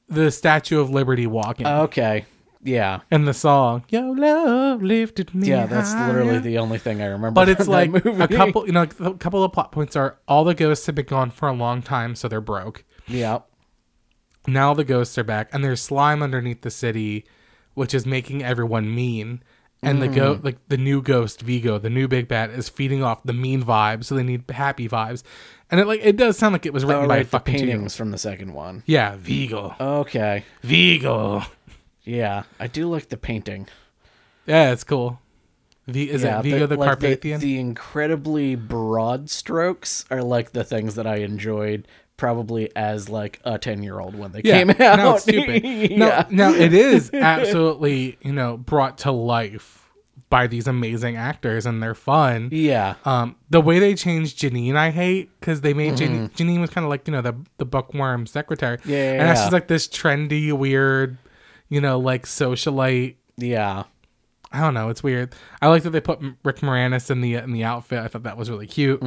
[SPEAKER 2] the Statue of Liberty walking
[SPEAKER 3] Okay. Yeah.
[SPEAKER 2] and the song "Your Love Lifted Me."
[SPEAKER 3] Yeah, that's literally
[SPEAKER 2] higher."
[SPEAKER 3] the only thing I remember.
[SPEAKER 2] But it's
[SPEAKER 3] from
[SPEAKER 2] like
[SPEAKER 3] that movie.
[SPEAKER 2] a couple, you know, like, a couple of plot points are all the ghosts have been gone for a long time, so they're broke.
[SPEAKER 3] Yeah.
[SPEAKER 2] Now the ghosts are back, and there's slime underneath the city, which is making everyone mean. And the
[SPEAKER 3] Mm.
[SPEAKER 2] go like the new ghost Vigo, the new big bad, is feeding off the mean vibes, so they need happy vibes. And it like it does sound like it was written
[SPEAKER 3] Oh,
[SPEAKER 2] by a
[SPEAKER 3] right, the
[SPEAKER 2] fucking two.
[SPEAKER 3] paintings from the second one.
[SPEAKER 2] Yeah, Vigo.
[SPEAKER 3] Okay.
[SPEAKER 2] Vigo.
[SPEAKER 3] Yeah, I do like the painting.
[SPEAKER 2] Yeah, it's cool. V is it Vigo the,
[SPEAKER 3] like
[SPEAKER 2] Carpathian?
[SPEAKER 3] The, incredibly broad strokes are like the things that I enjoyed probably as like a 10 year old when they
[SPEAKER 2] yeah,
[SPEAKER 3] came out.
[SPEAKER 2] no, it's stupid.
[SPEAKER 3] yeah.
[SPEAKER 2] No, no, it is absolutely you know brought to life by these amazing actors and they're fun.
[SPEAKER 3] Yeah.
[SPEAKER 2] Um, the way they changed Janine, I hate because they made Janine. Janine was kind of like you know the the bookworm secretary.
[SPEAKER 3] Mm-hmm. Yeah, yeah,
[SPEAKER 2] and now
[SPEAKER 3] yeah.
[SPEAKER 2] she's like this trendy, weird, you know, like socialite.
[SPEAKER 3] Yeah.
[SPEAKER 2] I don't know. It's weird. I like that they put M- Rick Moranis in the in the outfit. I thought that was really cute.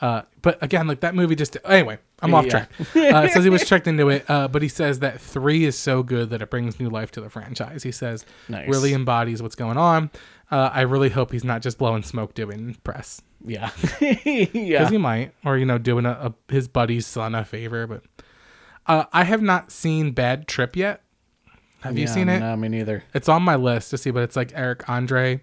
[SPEAKER 2] Uh, but again, like that movie just anyway. I'm off
[SPEAKER 3] Mm-hmm. Yeah.
[SPEAKER 2] track. Uh, says he was checked into it, uh, but he says that three is so good that it brings new life to the franchise. He says
[SPEAKER 3] Nice.
[SPEAKER 2] really embodies what's going on. Uh, I really hope he's not just blowing smoke doing press
[SPEAKER 3] Yeah.
[SPEAKER 2] because
[SPEAKER 3] yeah.
[SPEAKER 2] he might, or you know, doing a, a his buddy's son a favor. But uh, I have not seen Bad Trip yet. Have you
[SPEAKER 3] Yeah,
[SPEAKER 2] seen it?
[SPEAKER 3] No, me neither.
[SPEAKER 2] It's on my list to see, but it's like Eric Andre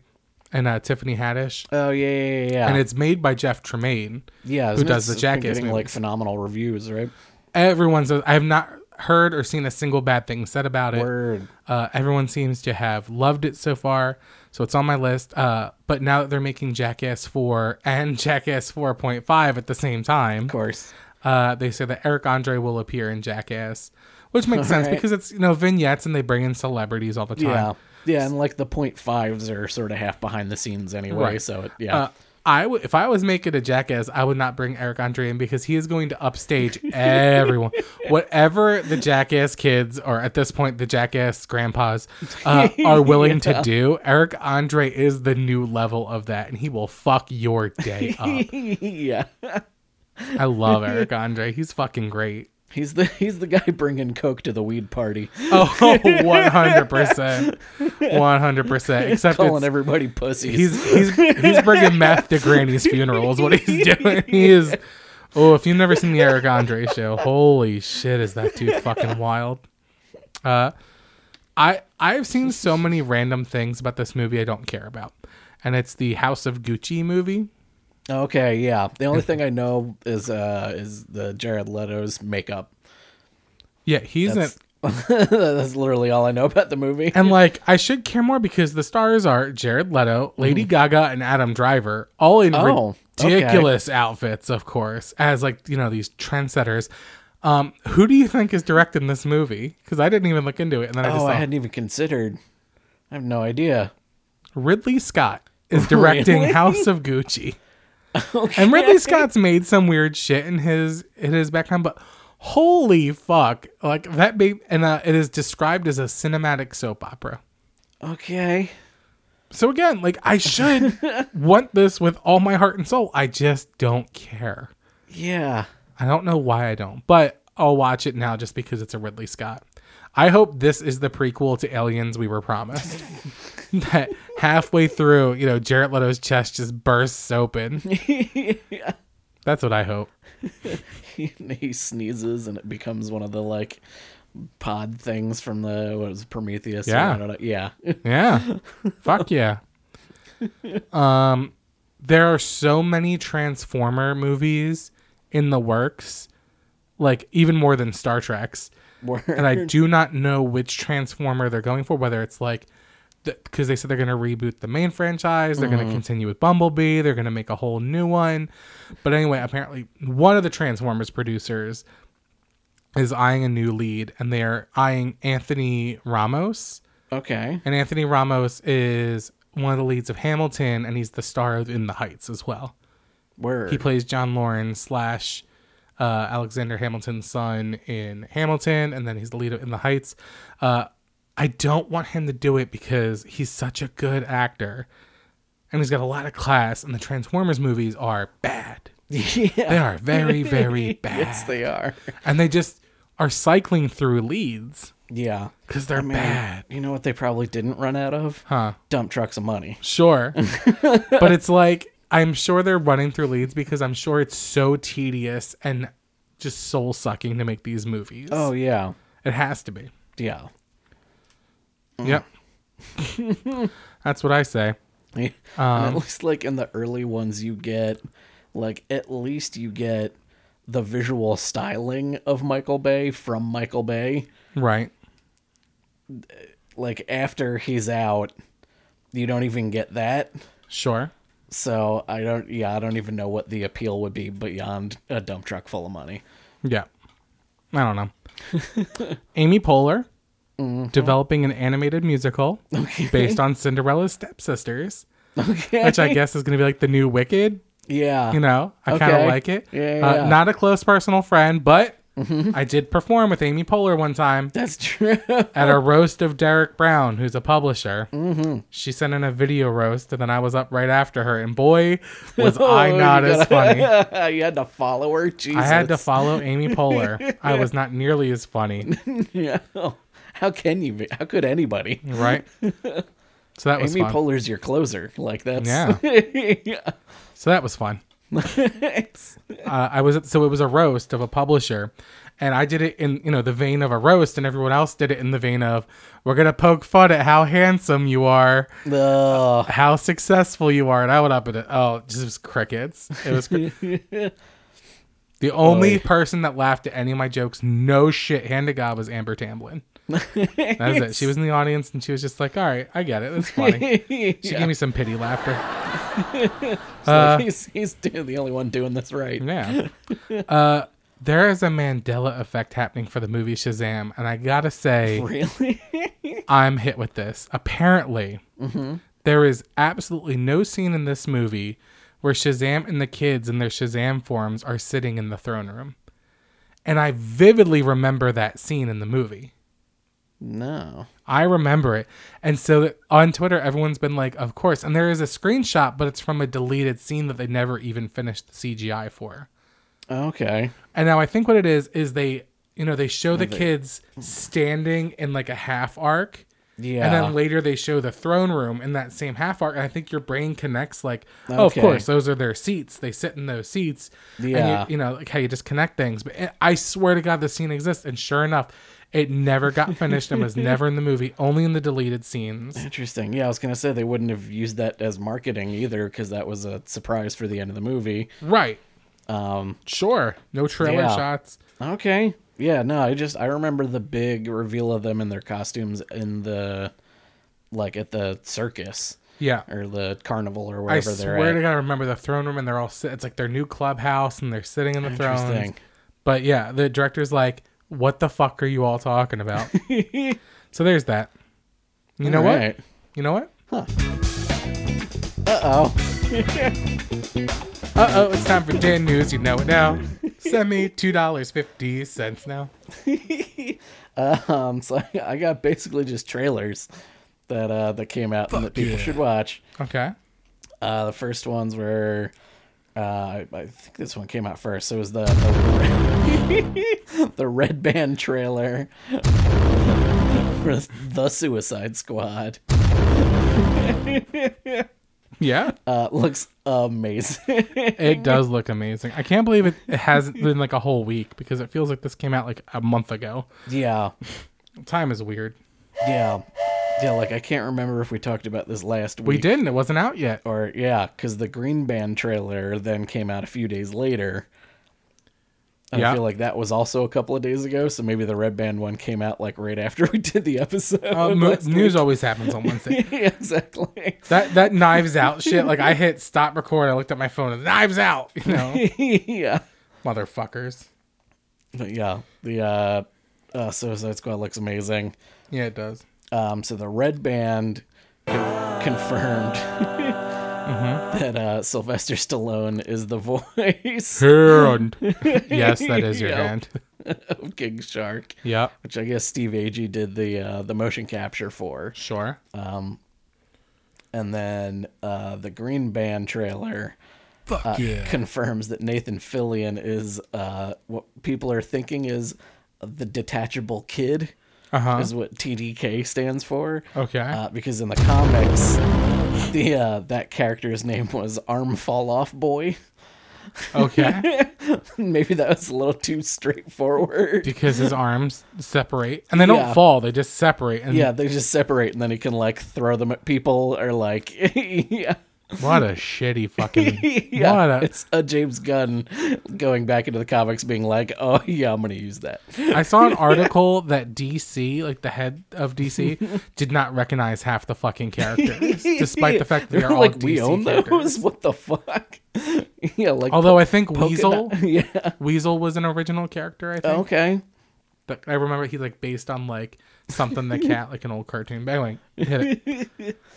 [SPEAKER 2] and uh, Tiffany Haddish,
[SPEAKER 3] Oh yeah, yeah, yeah, yeah.
[SPEAKER 2] and it's made by Jeff Tremaine.
[SPEAKER 3] yeah,
[SPEAKER 2] who
[SPEAKER 3] isn't it-
[SPEAKER 2] does the
[SPEAKER 3] it's been
[SPEAKER 2] Jackass
[SPEAKER 3] getting like
[SPEAKER 2] movies.
[SPEAKER 3] phenomenal reviews, right?
[SPEAKER 2] Everyone says I have not heard or seen a single bad thing said about it.
[SPEAKER 3] Word.
[SPEAKER 2] Uh, everyone seems to have loved it so far, so it's on my list. Uh, but now that they're making Jackass 4 and Jackass 4.5 at the same time,
[SPEAKER 3] Of course.
[SPEAKER 2] uh, they say that Eric Andre will appear in Jackass, which makes sense
[SPEAKER 3] right.
[SPEAKER 2] because it's you know vignettes and they bring in celebrities all the time.
[SPEAKER 3] Yeah. Yeah, and like the point fives are sort of half behind the scenes anyway,
[SPEAKER 2] Right.
[SPEAKER 3] so it, yeah.
[SPEAKER 2] Uh, I w- if I was making a jackass, I would not bring Eric Andre in because he is going to upstage everyone. Whatever the jackass kids, or at this point, the jackass grandpas, uh, are willing to do, Eric Andre is the new level of that, and he will fuck your day up.
[SPEAKER 3] yeah.
[SPEAKER 2] I love Eric Andre. He's fucking great.
[SPEAKER 3] He's the he's the guy bringing coke to the weed party,
[SPEAKER 2] Oh, 100%. 100%. Except
[SPEAKER 3] calling
[SPEAKER 2] it's,
[SPEAKER 3] everybody pussies.
[SPEAKER 2] he's he's he's bringing meth to Granny's funeral is what he's doing. He is. Oh, if you've never seen the Eric Andre show, holy shit, is that dude fucking wild? Uh, I I've seen so many random things about this movie I don't care about, and it's the House of Gucci movie.
[SPEAKER 3] okay, yeah. The only thing I know is uh is the Jared Leto's makeup.
[SPEAKER 2] Yeah, he's in,
[SPEAKER 3] That's, that's literally all I know about the movie.
[SPEAKER 2] and like I should care more because the stars are Jared Leto, Lady Gaga, and Adam Driver, all in
[SPEAKER 3] Mm. Oh, okay.
[SPEAKER 2] ridiculous outfits, of course, as like you know these trendsetters. Um, who do you think is directing this movie? Because I didn't even look into it, and then I just saw
[SPEAKER 3] oh, I hadn't even considered. I have no idea.
[SPEAKER 2] Ridley Scott is directing
[SPEAKER 3] Really?
[SPEAKER 2] House of Gucci. And Ridley Scott's made some weird shit in his in his background, but holy fuck, like that. Babe, and uh, it is described as a cinematic soap opera.
[SPEAKER 3] Okay.
[SPEAKER 2] So again, like I should want this with all my heart and soul. I just don't care.
[SPEAKER 3] Yeah.
[SPEAKER 2] I don't know why I don't, but I'll watch it now just because it's a Ridley Scott. I hope this is the prequel to Aliens we were promised. that halfway through, you know, Jared Leto's chest just bursts open. That's what I hope.
[SPEAKER 3] He, he sneezes and it becomes one of the like pod things from the what was it, Prometheus? or
[SPEAKER 2] Yeah.
[SPEAKER 3] I don't know. Yeah.
[SPEAKER 2] Yeah. Fuck yeah. Um there are so many Transformer movies in the works, like even more than Star Trek's.
[SPEAKER 3] Word.
[SPEAKER 2] and I do not know which Transformer they're going for. Whether it's like, because they said they're going to reboot the main franchise, they're going to continue with Bumblebee, they're going to make a whole new one. But anyway, apparently one of the Transformers producers is eyeing a new lead, and they are eyeing Anthony Ramos.
[SPEAKER 3] okay.
[SPEAKER 2] And Anthony Ramos is one of the leads of Hamilton, and he's the star of In the Heights as well.
[SPEAKER 3] Word.
[SPEAKER 2] He plays John Lauren slash uh, Alexander Hamilton's son in Hamilton, and then he's the lead in The Heights. Uh, I don't want him to do it because he's such a good actor, and he's got a lot of class. And the Transformers movies are bad;
[SPEAKER 3] yeah.
[SPEAKER 2] they are very, very bad,
[SPEAKER 3] Yes, they are.
[SPEAKER 2] and they just are cycling through leads
[SPEAKER 3] Yeah.
[SPEAKER 2] because they're
[SPEAKER 3] Man,
[SPEAKER 2] bad.
[SPEAKER 3] You know what they probably didn't run out of?
[SPEAKER 2] Huh.
[SPEAKER 3] Dump trucks of money.
[SPEAKER 2] Sure. but it's like I'm sure they're running through leads because I'm sure it's so tedious and just soul sucking to make these movies.
[SPEAKER 3] Oh yeah.
[SPEAKER 2] It has to be.
[SPEAKER 3] Yeah.
[SPEAKER 2] Yep. That's what I say.
[SPEAKER 3] Yeah.
[SPEAKER 2] Um,
[SPEAKER 3] and at least like in the early ones you get like at least you get the visual styling of Michael Bay from Michael Bay.
[SPEAKER 2] Right.
[SPEAKER 3] Like after he's out, you don't even get that.
[SPEAKER 2] Sure.
[SPEAKER 3] So I don't yeah, I don't even know what the appeal would be beyond a dump truck full of money.
[SPEAKER 2] Yeah. I don't know. Amy Poehler developing an animated musical based on Cinderella's stepsisters,
[SPEAKER 3] Okay.
[SPEAKER 2] which I guess is going to be like the new Wicked.
[SPEAKER 3] yeah.
[SPEAKER 2] You know, I kind of
[SPEAKER 3] Okay.
[SPEAKER 2] like it.
[SPEAKER 3] Yeah, Mm-hmm. yeah,
[SPEAKER 2] uh,
[SPEAKER 3] yeah.
[SPEAKER 2] Not a close personal friend, but I did perform with Amy Poehler one time
[SPEAKER 3] That's true.
[SPEAKER 2] at a roast of Derek Brown, who's a publisher. Mm-hmm. She sent in a video roast, and then I was up right after her. And boy, was I
[SPEAKER 3] Oh,
[SPEAKER 2] not
[SPEAKER 3] you
[SPEAKER 2] as
[SPEAKER 3] gotta-
[SPEAKER 2] funny.
[SPEAKER 3] you had to follow her. Jesus.
[SPEAKER 2] I had to follow Amy Poehler. I was not nearly as funny,
[SPEAKER 3] yeah. How can you be? How could anybody?
[SPEAKER 2] right? So that was
[SPEAKER 3] Amy
[SPEAKER 2] fun.
[SPEAKER 3] Poehler's your closer. Like that's
[SPEAKER 2] Yeah.
[SPEAKER 3] yeah.
[SPEAKER 2] so that was fun. uh, I was so it was a roast of a publisher, and I did it in you know the vein of a roast, and everyone else did it in the vein of we're gonna poke fun at how handsome you are,
[SPEAKER 3] Ugh.
[SPEAKER 2] how successful you are, and I went up at it. Oh, just was crickets. It was cr- the only person that laughed at any of my jokes. No shit, hand to God was Amber Tamblyn. That's it. She was in the audience and she was just like, "All right, I get it. It's funny." She
[SPEAKER 3] Yeah.
[SPEAKER 2] gave me some pity laughter.
[SPEAKER 3] Like, he's he's do- the only one doing this right.
[SPEAKER 2] Uh, Yeah. uh, there is a Mandela effect happening for the movie Shazam, and I gotta say,
[SPEAKER 3] Really?
[SPEAKER 2] I'm hit with this. Apparently, there is absolutely no scene in this movie where Shazam and the kids in their Shazam forms are sitting in the throne room. And I vividly remember that scene in the movie.
[SPEAKER 3] no.
[SPEAKER 2] I remember it. And so on Twitter, everyone's been like, of course. And there is a screenshot, but it's from a deleted scene that they never even finished the CGI for.
[SPEAKER 3] Okay.
[SPEAKER 2] And now I think what it is is they, you know, they show the kids standing in like a half arc,
[SPEAKER 3] Yeah.
[SPEAKER 2] and then later they show the throne room in that same half arc. And I think your brain connects like, oh, of
[SPEAKER 3] Okay.
[SPEAKER 2] course, those are their seats. They sit in those seats. and you-
[SPEAKER 3] Yeah.
[SPEAKER 2] you, know, like how you just connect things. But it, I swear to God, the scene exists, and sure enough, it never got finished and was never in the movie, only in the deleted scenes.
[SPEAKER 3] Interesting. Yeah, I was gonna say they wouldn't have used that as marketing either, because that was a surprise for the end of the movie.
[SPEAKER 2] Right.
[SPEAKER 3] Um.
[SPEAKER 2] Sure. No trailer
[SPEAKER 3] Yeah.
[SPEAKER 2] shots.
[SPEAKER 3] Okay. Yeah. No. I just I remember the big reveal of them in their costumes in the, like at the circus
[SPEAKER 2] Yeah.
[SPEAKER 3] or the carnival or
[SPEAKER 2] I
[SPEAKER 3] wherever they're
[SPEAKER 2] swear
[SPEAKER 3] at.
[SPEAKER 2] to God, I remember the throne room, and they're all sit- it's like their new clubhouse, and they're sitting in the throne.
[SPEAKER 3] Interesting.
[SPEAKER 2] But yeah, the director's like, "What the fuck are you all talking about?" so there's that. You know what? You know what?
[SPEAKER 3] Uh oh.
[SPEAKER 2] Uh oh, it's time for Dan news. You know it now. Send me two dollars fifty cents now.
[SPEAKER 3] Um. So I, I got basically just trailers that uh that came out and that people should watch.
[SPEAKER 2] Okay.
[SPEAKER 3] Uh, the first ones were, uh, I, I think this one came out first. It was the the red, the red band trailer for the Suicide Squad.
[SPEAKER 2] Yeah,
[SPEAKER 3] Uh, looks amazing.
[SPEAKER 2] it does look amazing. I can't believe it, it hasn't been like a whole week because it feels like this came out like a month ago.
[SPEAKER 3] yeah,
[SPEAKER 2] Time is weird.
[SPEAKER 3] yeah, yeah. Like I can't remember if we talked about this last week.
[SPEAKER 2] We didn't. It wasn't out yet.
[SPEAKER 3] Or yeah, because the Green Band trailer then came out a few days later. And
[SPEAKER 2] Yeah.
[SPEAKER 3] I feel like that was also a couple of days ago, so maybe the Red Band one came out like right after we did the episode.
[SPEAKER 2] Uh, mo-
[SPEAKER 3] last
[SPEAKER 2] news
[SPEAKER 3] week.
[SPEAKER 2] always happens on Wednesday.
[SPEAKER 3] yeah, exactly.
[SPEAKER 2] That that knives out shit. Like I hit stop record. I looked at my phone. And, knives out. You know,
[SPEAKER 3] yeah,
[SPEAKER 2] motherfuckers.
[SPEAKER 3] but yeah, the uh, uh, Suicide Squad looks amazing.
[SPEAKER 2] Yeah, it does.
[SPEAKER 3] Um, so the Red Band con- confirmed
[SPEAKER 2] Mm-hmm.
[SPEAKER 3] that uh, Sylvester Stallone is the voice
[SPEAKER 2] Hand. yes, that is your
[SPEAKER 3] Yep.
[SPEAKER 2] hand.
[SPEAKER 3] of King Shark.
[SPEAKER 2] Yep.
[SPEAKER 3] which I guess Steve Agee did the uh, the motion capture for,
[SPEAKER 2] Sure.
[SPEAKER 3] Uh, and then uh, the Green Band trailer uh,
[SPEAKER 2] Fuck
[SPEAKER 3] confirms that Nathan Fillion is uh, what people are thinking is the detachable kid,
[SPEAKER 2] Uh-huh.
[SPEAKER 3] is what TDK stands for.
[SPEAKER 2] Okay.
[SPEAKER 3] Uh, because in the comics, the uh, that character's name was Arm Fall Off Boy.
[SPEAKER 2] okay.
[SPEAKER 3] Maybe that was a little too straightforward.
[SPEAKER 2] Because his arms separate, and they don't
[SPEAKER 3] Yeah.
[SPEAKER 2] fall; they just separate. And
[SPEAKER 3] Yeah, they just separate and then he can like throw them at people or like yeah.
[SPEAKER 2] what a shitty fucking.
[SPEAKER 3] yeah,
[SPEAKER 2] What a,
[SPEAKER 3] it's a James Gunn going back into the comics, being like, "Oh yeah, I'm gonna use that."
[SPEAKER 2] I saw an article that DC, like the head of DC, did not recognize half the fucking characters, despite the fact that
[SPEAKER 3] They're
[SPEAKER 2] they're all
[SPEAKER 3] like,
[SPEAKER 2] DC
[SPEAKER 3] "We own
[SPEAKER 2] characters.
[SPEAKER 3] those? What the fuck?" yeah, like
[SPEAKER 2] Although I think
[SPEAKER 3] Polka
[SPEAKER 2] Weasel,
[SPEAKER 3] dot- yeah,
[SPEAKER 2] Weasel was an original character. I think.
[SPEAKER 3] okay,
[SPEAKER 2] But I remember he like based on like something the cat, like an old cartoon. But anyway, hit it.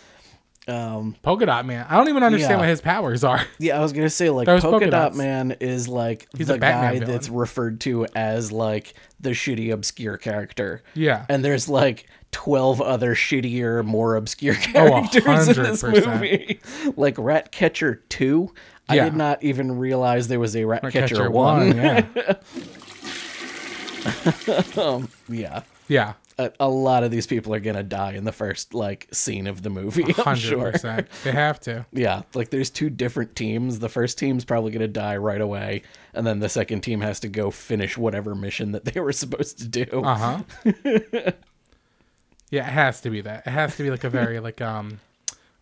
[SPEAKER 3] Um,
[SPEAKER 2] Polka Dot Man. I don't even understand
[SPEAKER 3] Yeah.
[SPEAKER 2] what his powers are.
[SPEAKER 3] yeah, I was gonna say like
[SPEAKER 2] Those
[SPEAKER 3] Polka,
[SPEAKER 2] polka
[SPEAKER 3] Dot
[SPEAKER 2] dots.
[SPEAKER 3] Man is like
[SPEAKER 2] He's a
[SPEAKER 3] the
[SPEAKER 2] Batman
[SPEAKER 3] guy
[SPEAKER 2] villain.
[SPEAKER 3] that's referred to as like the shitty obscure character.
[SPEAKER 2] Yeah.
[SPEAKER 3] and there's like twelve other shittier, more obscure
[SPEAKER 2] Oh, a
[SPEAKER 3] characters in this
[SPEAKER 2] 100%.
[SPEAKER 3] movie. like Ratcatcher Two, I
[SPEAKER 2] Yeah.
[SPEAKER 3] did not even realize there was a Ratcatcher,
[SPEAKER 2] Ratcatcher
[SPEAKER 3] One.
[SPEAKER 2] Yeah.
[SPEAKER 3] Yeah.
[SPEAKER 2] Yeah.
[SPEAKER 3] A, a lot of these people are gonna die in the first like scene of the movie. I'm sure.
[SPEAKER 2] 100%. They have to.
[SPEAKER 3] Yeah, like there's two different teams. The first team's probably going to die right away, and then the second team has to go finish whatever mission that they were supposed to do.
[SPEAKER 2] Uh huh. yeah, it has to be that. It has to be like a very like um,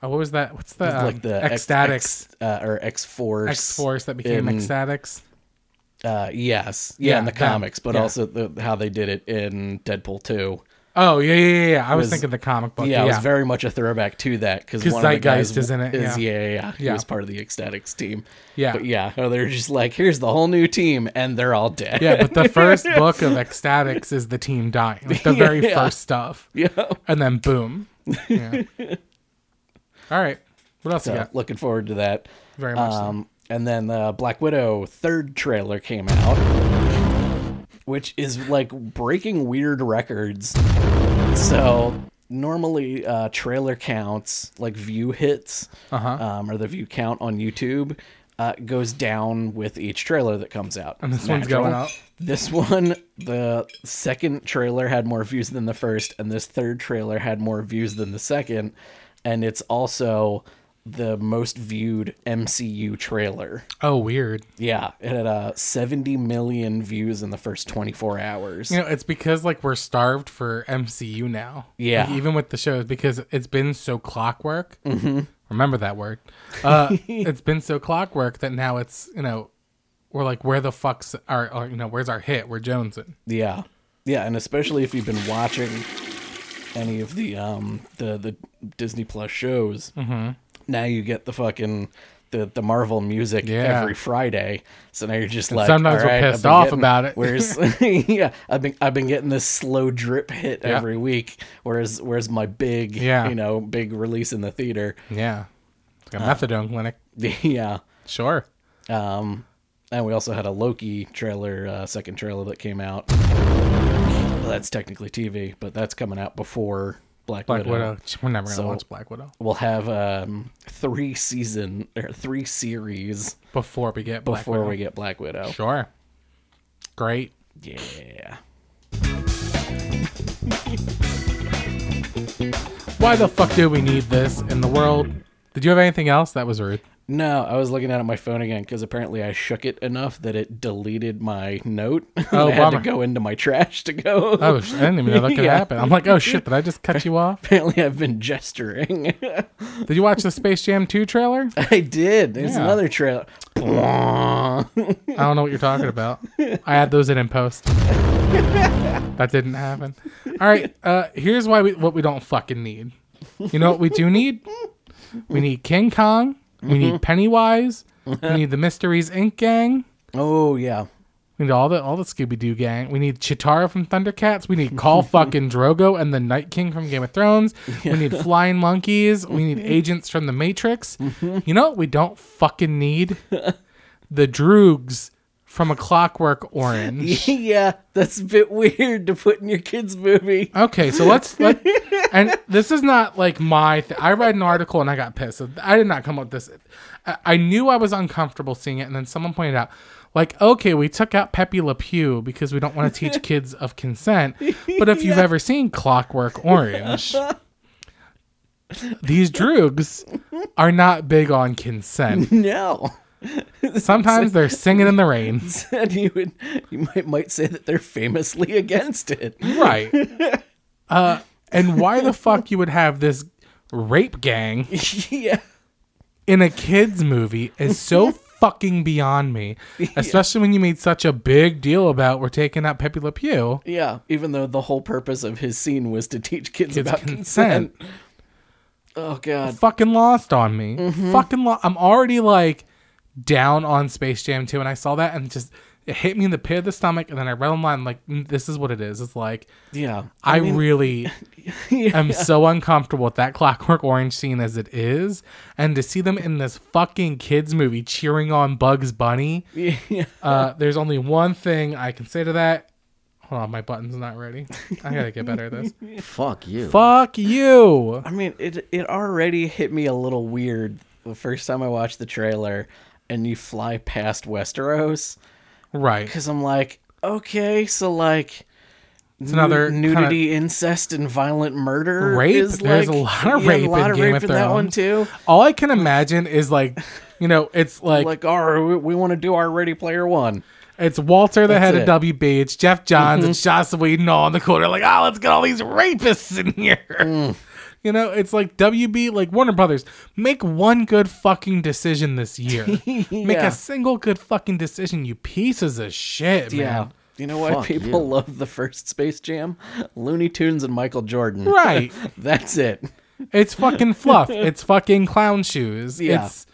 [SPEAKER 2] oh, what was that? What's the um,
[SPEAKER 3] like the X-
[SPEAKER 2] ecstatics
[SPEAKER 3] X, uh, or X Force.
[SPEAKER 2] X Force that became
[SPEAKER 3] in-
[SPEAKER 2] ecstatics?
[SPEAKER 3] Uh, yes, yeah,
[SPEAKER 2] Yeah,
[SPEAKER 3] in the
[SPEAKER 2] them.
[SPEAKER 3] comics, but
[SPEAKER 2] Yeah.
[SPEAKER 3] also the, how they did it in Deadpool two.
[SPEAKER 2] Oh yeah, yeah, yeah. yeah. I was,
[SPEAKER 3] was-
[SPEAKER 2] thinking the comic book.
[SPEAKER 3] yeah,
[SPEAKER 2] Yeah,
[SPEAKER 3] it was very much a throwback to that because
[SPEAKER 2] 'Cause
[SPEAKER 3] one of the guys
[SPEAKER 2] Zeitgeist is in it,
[SPEAKER 3] Is,
[SPEAKER 2] yeah.
[SPEAKER 3] yeah, yeah, yeah. He
[SPEAKER 2] Yeah.
[SPEAKER 3] was part of the Ecstatics team.
[SPEAKER 2] Yeah.
[SPEAKER 3] but yeah, oh, they're just like, here's the whole new team, and they're all dead.
[SPEAKER 2] yeah. But the first book of ecstatics is the team dying, like the very
[SPEAKER 3] Yeah.
[SPEAKER 2] first stuff,
[SPEAKER 3] yeah.
[SPEAKER 2] and then boom. Yeah. All right. What else
[SPEAKER 3] So
[SPEAKER 2] you got?
[SPEAKER 3] looking forward to that.
[SPEAKER 2] Very much so.
[SPEAKER 3] Um, and then the Black Widow third trailer came out, which is like breaking weird records. So normally, uh, trailer counts, like view hits,
[SPEAKER 2] Uh-huh.
[SPEAKER 3] um, or the view count on YouTube, uh, goes down with each trailer that comes out. And
[SPEAKER 2] this one's going up.
[SPEAKER 3] This one, the second trailer had more views than the first, and this third trailer had more views than the second, and it's also the most viewed MCU trailer.
[SPEAKER 2] Oh, weird.
[SPEAKER 3] Yeah, it had uh, 70 million views in the first 24 hours.
[SPEAKER 2] You know, it's because like we're starved for MCU now.
[SPEAKER 3] Yeah.
[SPEAKER 2] Like, even with the shows, because it's been so clockwork. Mm-hmm. Remember that word. Uh, it's been so clockwork that now it's you know, we're like, where the fuck's our or, you know, where's our hit? We're Jonesing.
[SPEAKER 3] Yeah, yeah, and especially if you've been watching any of the um the the Disney Plus shows, mm-hmm. now you get the fucking the the Marvel music
[SPEAKER 2] Yeah.
[SPEAKER 3] every Friday. So now you're just like
[SPEAKER 2] sometimes
[SPEAKER 3] "All
[SPEAKER 2] we're
[SPEAKER 3] right, I've
[SPEAKER 2] pissed
[SPEAKER 3] been
[SPEAKER 2] off
[SPEAKER 3] getting-
[SPEAKER 2] about it."
[SPEAKER 3] Where's yeah, I've been I've been getting this slow drip hit
[SPEAKER 2] Yeah.
[SPEAKER 3] every week. Whereas where's my big
[SPEAKER 2] Yeah.
[SPEAKER 3] you know big release in the theater?
[SPEAKER 2] Yeah. It's like a methadone clinic.
[SPEAKER 3] yeah.
[SPEAKER 2] Sure.
[SPEAKER 3] Um, and we also had a Loki trailer, uh, second trailer that came out. Well, that's technically TV, but that's coming out before Black,
[SPEAKER 2] Black
[SPEAKER 3] Widow.
[SPEAKER 2] Widow. We're never gonna
[SPEAKER 3] So-
[SPEAKER 2] watch Black Widow
[SPEAKER 3] We'll have um, three season or three series
[SPEAKER 2] before we get Black
[SPEAKER 3] before
[SPEAKER 2] Widow.
[SPEAKER 3] we get Black Widow.
[SPEAKER 2] Sure. Great.
[SPEAKER 3] Yeah.
[SPEAKER 2] Why the fuck do we need this in the world? Did you have anything else? That was rude.
[SPEAKER 3] No, I was looking down at my phone again because apparently I shook it enough that it deleted my note.
[SPEAKER 2] Oh,
[SPEAKER 3] I had
[SPEAKER 2] bummer.
[SPEAKER 3] to go into my trash to go.
[SPEAKER 2] Oh, sh- I didn't even know that could
[SPEAKER 3] Yeah.
[SPEAKER 2] happen. I'm like, oh shit, did I just cut you off?
[SPEAKER 3] apparently I've been gesturing.
[SPEAKER 2] Did you watch the Space Jam 2 trailer? I
[SPEAKER 3] I did. There's
[SPEAKER 2] Yeah.
[SPEAKER 3] another trailer.
[SPEAKER 2] don't know what you're talking about. I had those in in post. That didn't happen. All right, uh, here's why we what we don't fucking need. You know what we do need? We need King Kong. We
[SPEAKER 3] Mm-hmm.
[SPEAKER 2] need Pennywise. We need the Mysteries Inc. gang.
[SPEAKER 3] Oh yeah.
[SPEAKER 2] We need all the all the Scooby Doo gang. We need Chitara from Thundercats. We need Call fucking Drogo and the Night King from Game of Thrones. We need flying monkeys. We need agents from the Matrix. You know what we don't fucking need? the Droogs from A Clockwork Orange.
[SPEAKER 3] yeah, that's a bit weird to put in your kids' movie.
[SPEAKER 2] Okay, so let's let and this is not like my. Th- I read an article and I got pissed. So I did not come up with this. I, I knew I was uncomfortable seeing it, and then someone pointed out, like, okay, we took out Pepe Le Pew because we don't want to teach kids of consent. But if you've ever seen Clockwork Orange, these droogs are not big on consent.
[SPEAKER 3] No.
[SPEAKER 2] Sometimes they're singing in the rain.
[SPEAKER 3] Said you would you might might say that they're famously against it.
[SPEAKER 2] Right. Uh, and why the fuck you would have this rape gang?
[SPEAKER 3] yeah.
[SPEAKER 2] in a kids movie is so fucking beyond me, especially when you made such a big deal about we're taking out Pepe Le Pew.
[SPEAKER 3] Yeah. Even though the whole purpose of his scene was to teach kids,
[SPEAKER 2] Kids
[SPEAKER 3] about
[SPEAKER 2] consent.
[SPEAKER 3] consent. Oh god.
[SPEAKER 2] Fucking lost on me.
[SPEAKER 3] Mm-hmm.
[SPEAKER 2] Fucking lo- I'm already like down on Space Jam 2 and I saw that and just It hit me in the pit of the stomach, and then I read online like, "Mm, "This is what it is." It's like
[SPEAKER 3] Yeah.
[SPEAKER 2] I,
[SPEAKER 3] mean,
[SPEAKER 2] really
[SPEAKER 3] yeah.
[SPEAKER 2] am so uncomfortable with that Clockwork Orange scene as it is, and to see them in this fucking kids movie cheering on Bugs Bunny.
[SPEAKER 3] yeah.
[SPEAKER 2] Uh, there's only one thing I can say to that. Hold on, my button's not ready. I gotta get better at this.
[SPEAKER 4] Fuck you.
[SPEAKER 2] Fuck you.
[SPEAKER 3] I mean, it it already hit me a little weird the first time I watched the trailer, and you fly past Westeros
[SPEAKER 2] Right.
[SPEAKER 3] because I'm like, okay, so like. It's
[SPEAKER 2] another kinda-
[SPEAKER 3] nudity, incest, and violent murder.
[SPEAKER 2] Rape?
[SPEAKER 3] Is
[SPEAKER 2] There's
[SPEAKER 3] like,
[SPEAKER 2] a lot of
[SPEAKER 3] yeah,
[SPEAKER 2] rape
[SPEAKER 3] a lot
[SPEAKER 2] in
[SPEAKER 3] of
[SPEAKER 2] Game
[SPEAKER 3] rape
[SPEAKER 2] of
[SPEAKER 3] in that one
[SPEAKER 2] Thrones.
[SPEAKER 3] too.
[SPEAKER 2] All I can imagine is like, you know, it's like,
[SPEAKER 3] Like, oh, we, we want to do our Ready Player One.
[SPEAKER 2] it's Walter the head
[SPEAKER 3] it. Mm-hmm.
[SPEAKER 2] of WB, it's Jeff Johns, it's Joss Whedon all in the corner, like, oh, let's get all these rapists in here.
[SPEAKER 3] Mm.
[SPEAKER 2] You know, it's like WB, like Warner Brothers, make one good fucking decision this year. Make
[SPEAKER 3] Yeah.
[SPEAKER 2] a single good fucking decision, you pieces of shit, man.
[SPEAKER 3] Yeah. You know why
[SPEAKER 4] Fuck
[SPEAKER 3] people
[SPEAKER 4] you.
[SPEAKER 3] love the first Space Jam? Looney Tunes and Michael Jordan.
[SPEAKER 2] Right.
[SPEAKER 3] That's it.
[SPEAKER 2] It's fucking fluff. it's fucking clown shoes.
[SPEAKER 3] Yeah.
[SPEAKER 2] It's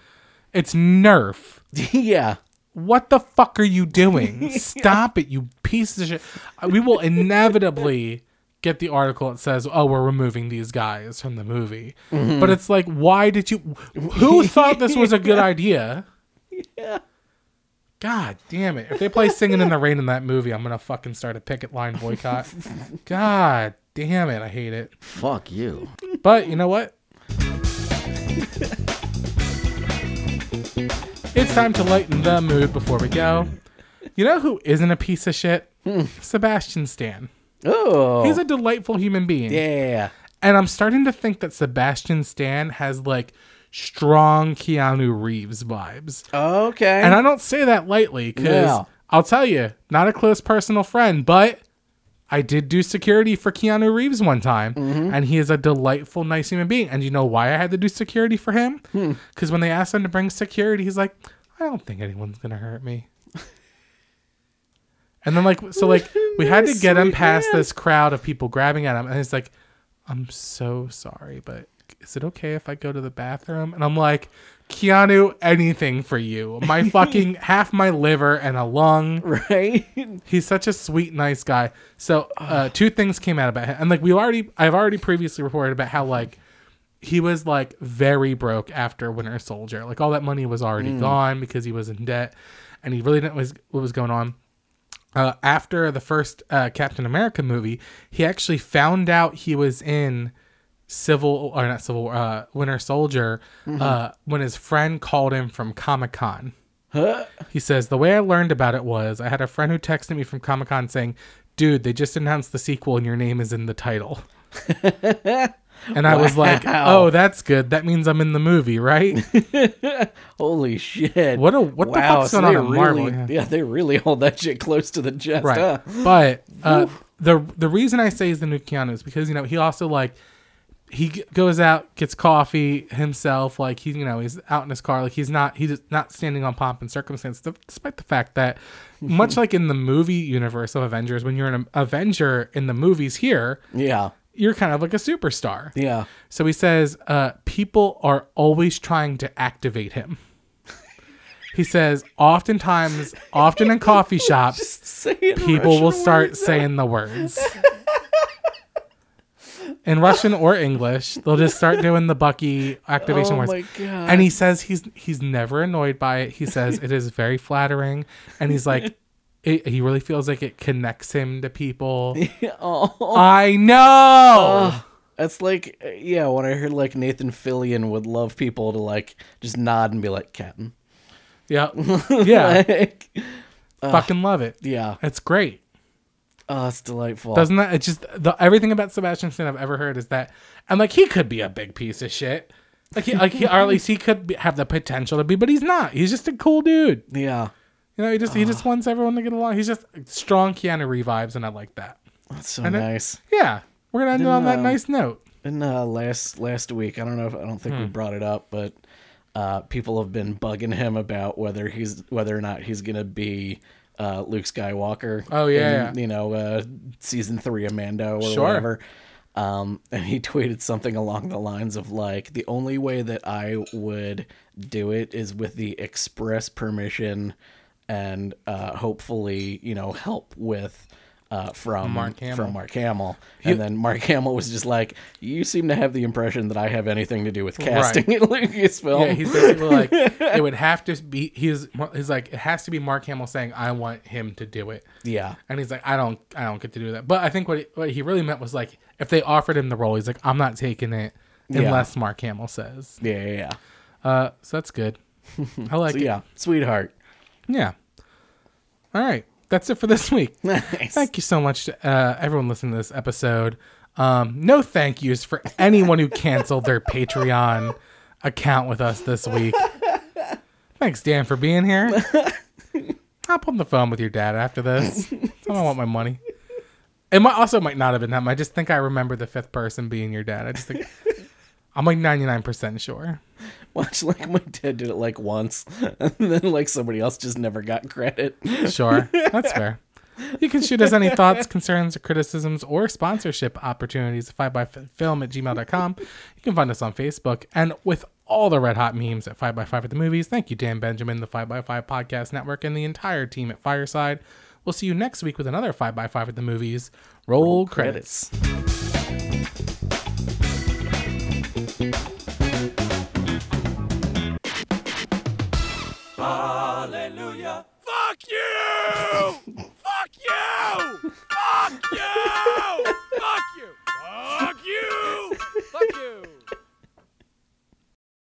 [SPEAKER 2] it's Nerf.
[SPEAKER 3] yeah.
[SPEAKER 2] What the fuck are you doing? Stop it, you piece of shit. Uh, We will inevitably get the article that says, "Oh, we're removing these guys from the movie." But it's like, why did you who thought this was a good idea? God damn it. If they play Singing in the Rain in that movie, I'm going to fucking start a picket line boycott. God damn it. I hate it.
[SPEAKER 4] Fuck you.
[SPEAKER 2] But you know what? it's time to lighten the mood before we go. You know who isn't a piece of shit? Sebastian Stan.
[SPEAKER 3] Hmm. Oh.
[SPEAKER 2] He's a delightful human being.
[SPEAKER 3] yeah.
[SPEAKER 2] And I'm starting to think that Sebastian Stan has like strong Keanu Reeves vibes.
[SPEAKER 3] Okay.
[SPEAKER 2] And I don't say that lightly because
[SPEAKER 3] Yeah.
[SPEAKER 2] I'll tell you, not a close personal friend, but I did do security for Keanu Reeves one time,
[SPEAKER 3] Mm-hmm.
[SPEAKER 2] and he is a delightful, nice human being. And you know why I had to do security for him?
[SPEAKER 3] Hmm.
[SPEAKER 2] Because when they asked him to bring security, he's like, I don't think anyone's going to hurt me. and then, like, so, like, we had to get him past this crowd of people grabbing at him, and he's like, I'm so sorry, but is it okay if I go to the bathroom? And I'm like, Keanu, anything for you. My fucking half my liver and a lung.
[SPEAKER 3] right?
[SPEAKER 2] He's such a sweet, nice guy. So uh, two things came out about him, and like we already, I've already previously reported about how like he was like very broke after Winter Soldier. Like all that money was already gone because he was in debt, and he really didn't was what was going on. Uh, after the first uh, Captain America movie, he actually found out he was in Civil or not Civil War, uh, Winter Soldier uh, when his friend called him from Comic Con. He says, The way I learned about it was I had a friend who texted me from Comic Con saying, Dude, they just announced the sequel and your name is in the title. and I was like,
[SPEAKER 3] Wow.
[SPEAKER 2] Oh, that's good. That means I'm in the movie, right?
[SPEAKER 3] Holy shit.
[SPEAKER 2] What a- what the
[SPEAKER 3] wow,
[SPEAKER 2] fuck's
[SPEAKER 3] so
[SPEAKER 2] going on
[SPEAKER 3] they
[SPEAKER 2] at
[SPEAKER 3] really,
[SPEAKER 2] Marvel, yeah.
[SPEAKER 3] Yeah. they really hold that shit close to the chest. huh?
[SPEAKER 2] right. But uh, the the reason I say he's the new Keanu is because, you know, he also like he g- goes out, gets coffee himself. Like he's, you know, he's out in his car. Like he's not, he's not standing on pomp and circumstance, th- despite the fact that, much like in the movie universe of Avengers, when you're an Avenger in the movies here,
[SPEAKER 3] Yeah.
[SPEAKER 2] you're kind of like a superstar.
[SPEAKER 3] Yeah.
[SPEAKER 2] So he says, uh, people are always trying to activate him. he says, oftentimes, often in coffee shops,
[SPEAKER 3] Say it in
[SPEAKER 2] people will
[SPEAKER 3] Russian
[SPEAKER 2] start
[SPEAKER 3] words.
[SPEAKER 2] saying the words in Russian or English. They'll just start doing the Bucky activation
[SPEAKER 3] Oh
[SPEAKER 2] words.
[SPEAKER 3] my God.
[SPEAKER 2] And he says he's he's never annoyed by it. He says it is very flattering, and he's like. It, he really feels like it connects him to people.
[SPEAKER 3] oh,
[SPEAKER 2] I know.
[SPEAKER 3] that's like, uh, yeah, when I heard like Nathan Fillion would love people to like just nod and be like, Captain.
[SPEAKER 2] yeah, yeah,
[SPEAKER 3] Like,
[SPEAKER 2] fucking love it.
[SPEAKER 3] yeah.
[SPEAKER 2] It's great.
[SPEAKER 3] Oh, it's delightful.
[SPEAKER 2] Doesn't that? It's just the, everything about Sebastian Stan I've ever heard is that, and like he could be a big piece of shit, like he, like he, or at least he could be, have the potential to be, but he's not. He's just a cool dude.
[SPEAKER 3] yeah.
[SPEAKER 2] You know, he just he just wants everyone to get along. He's just strong Keanu revives, and I like that.
[SPEAKER 3] That's so
[SPEAKER 2] it-
[SPEAKER 3] nice.
[SPEAKER 2] Yeah, we're gonna end it on that
[SPEAKER 3] know.
[SPEAKER 2] nice note.
[SPEAKER 3] And uh, last last week, I don't know if I don't think
[SPEAKER 2] Hmm.
[SPEAKER 3] we brought it up, but uh, people have been bugging him about whether he's whether or not he's gonna be uh, Luke Skywalker.
[SPEAKER 2] Oh, yeah,
[SPEAKER 3] in,
[SPEAKER 2] yeah.
[SPEAKER 3] you know, uh, season three of Mando or
[SPEAKER 2] Sure.
[SPEAKER 3] whatever. Um, and he tweeted something along the lines of like, "The only way that I would do it is with the express permission." and uh, hopefully you know help with. Uh, from
[SPEAKER 2] Mark Hamill.
[SPEAKER 3] from Mark Hamill, and then Mark Hamill was just like, "You seem to have the impression that I have anything to do with casting at Lucasfilm."
[SPEAKER 2] Yeah, he's basically like it would have to be. He's he's like it has to be Mark Hamill saying I want him to do it.
[SPEAKER 3] yeah,
[SPEAKER 2] And he's like, I don't, I don't get to do that. But I think what he, what he really meant was like, if they offered him the role, he's like, I'm not taking it unless Mark Hamill says.
[SPEAKER 3] yeah, yeah, yeah.
[SPEAKER 2] Uh, so that's good. I like
[SPEAKER 3] So,
[SPEAKER 2] it. Yeah.
[SPEAKER 3] yeah, sweetheart.
[SPEAKER 2] All right, that's it for this week.
[SPEAKER 3] Nice.
[SPEAKER 2] Thank you so much to uh, everyone listening to this episode. Um, no thank yous for anyone who canceled their Patreon account with us this week. Thanks, Dan, for being here. Hop on the phone with your dad after this. I don't want my money. It might also might not have been him. I just think I remember the fifth person being your dad. I just think I'm like 99% sure.
[SPEAKER 3] Watch like my dad did it like once, and then like somebody else just never got credit.
[SPEAKER 2] Sure. That's fair. You can shoot us any thoughts, concerns, or criticisms, or sponsorship opportunities at 5byfilm at gmail.com. You can find us on Facebook and with all the red hot memes at 5 by 5 at the movies. Thank you, Dan Benjamin, the 5 by 5 Podcast Network, and the entire team at Fireside. We'll see you next week with another 5 by 5 at the movies. Roll, credits.
[SPEAKER 3] Credits.
[SPEAKER 5] Hallelujah. Fuck you! Fuck you!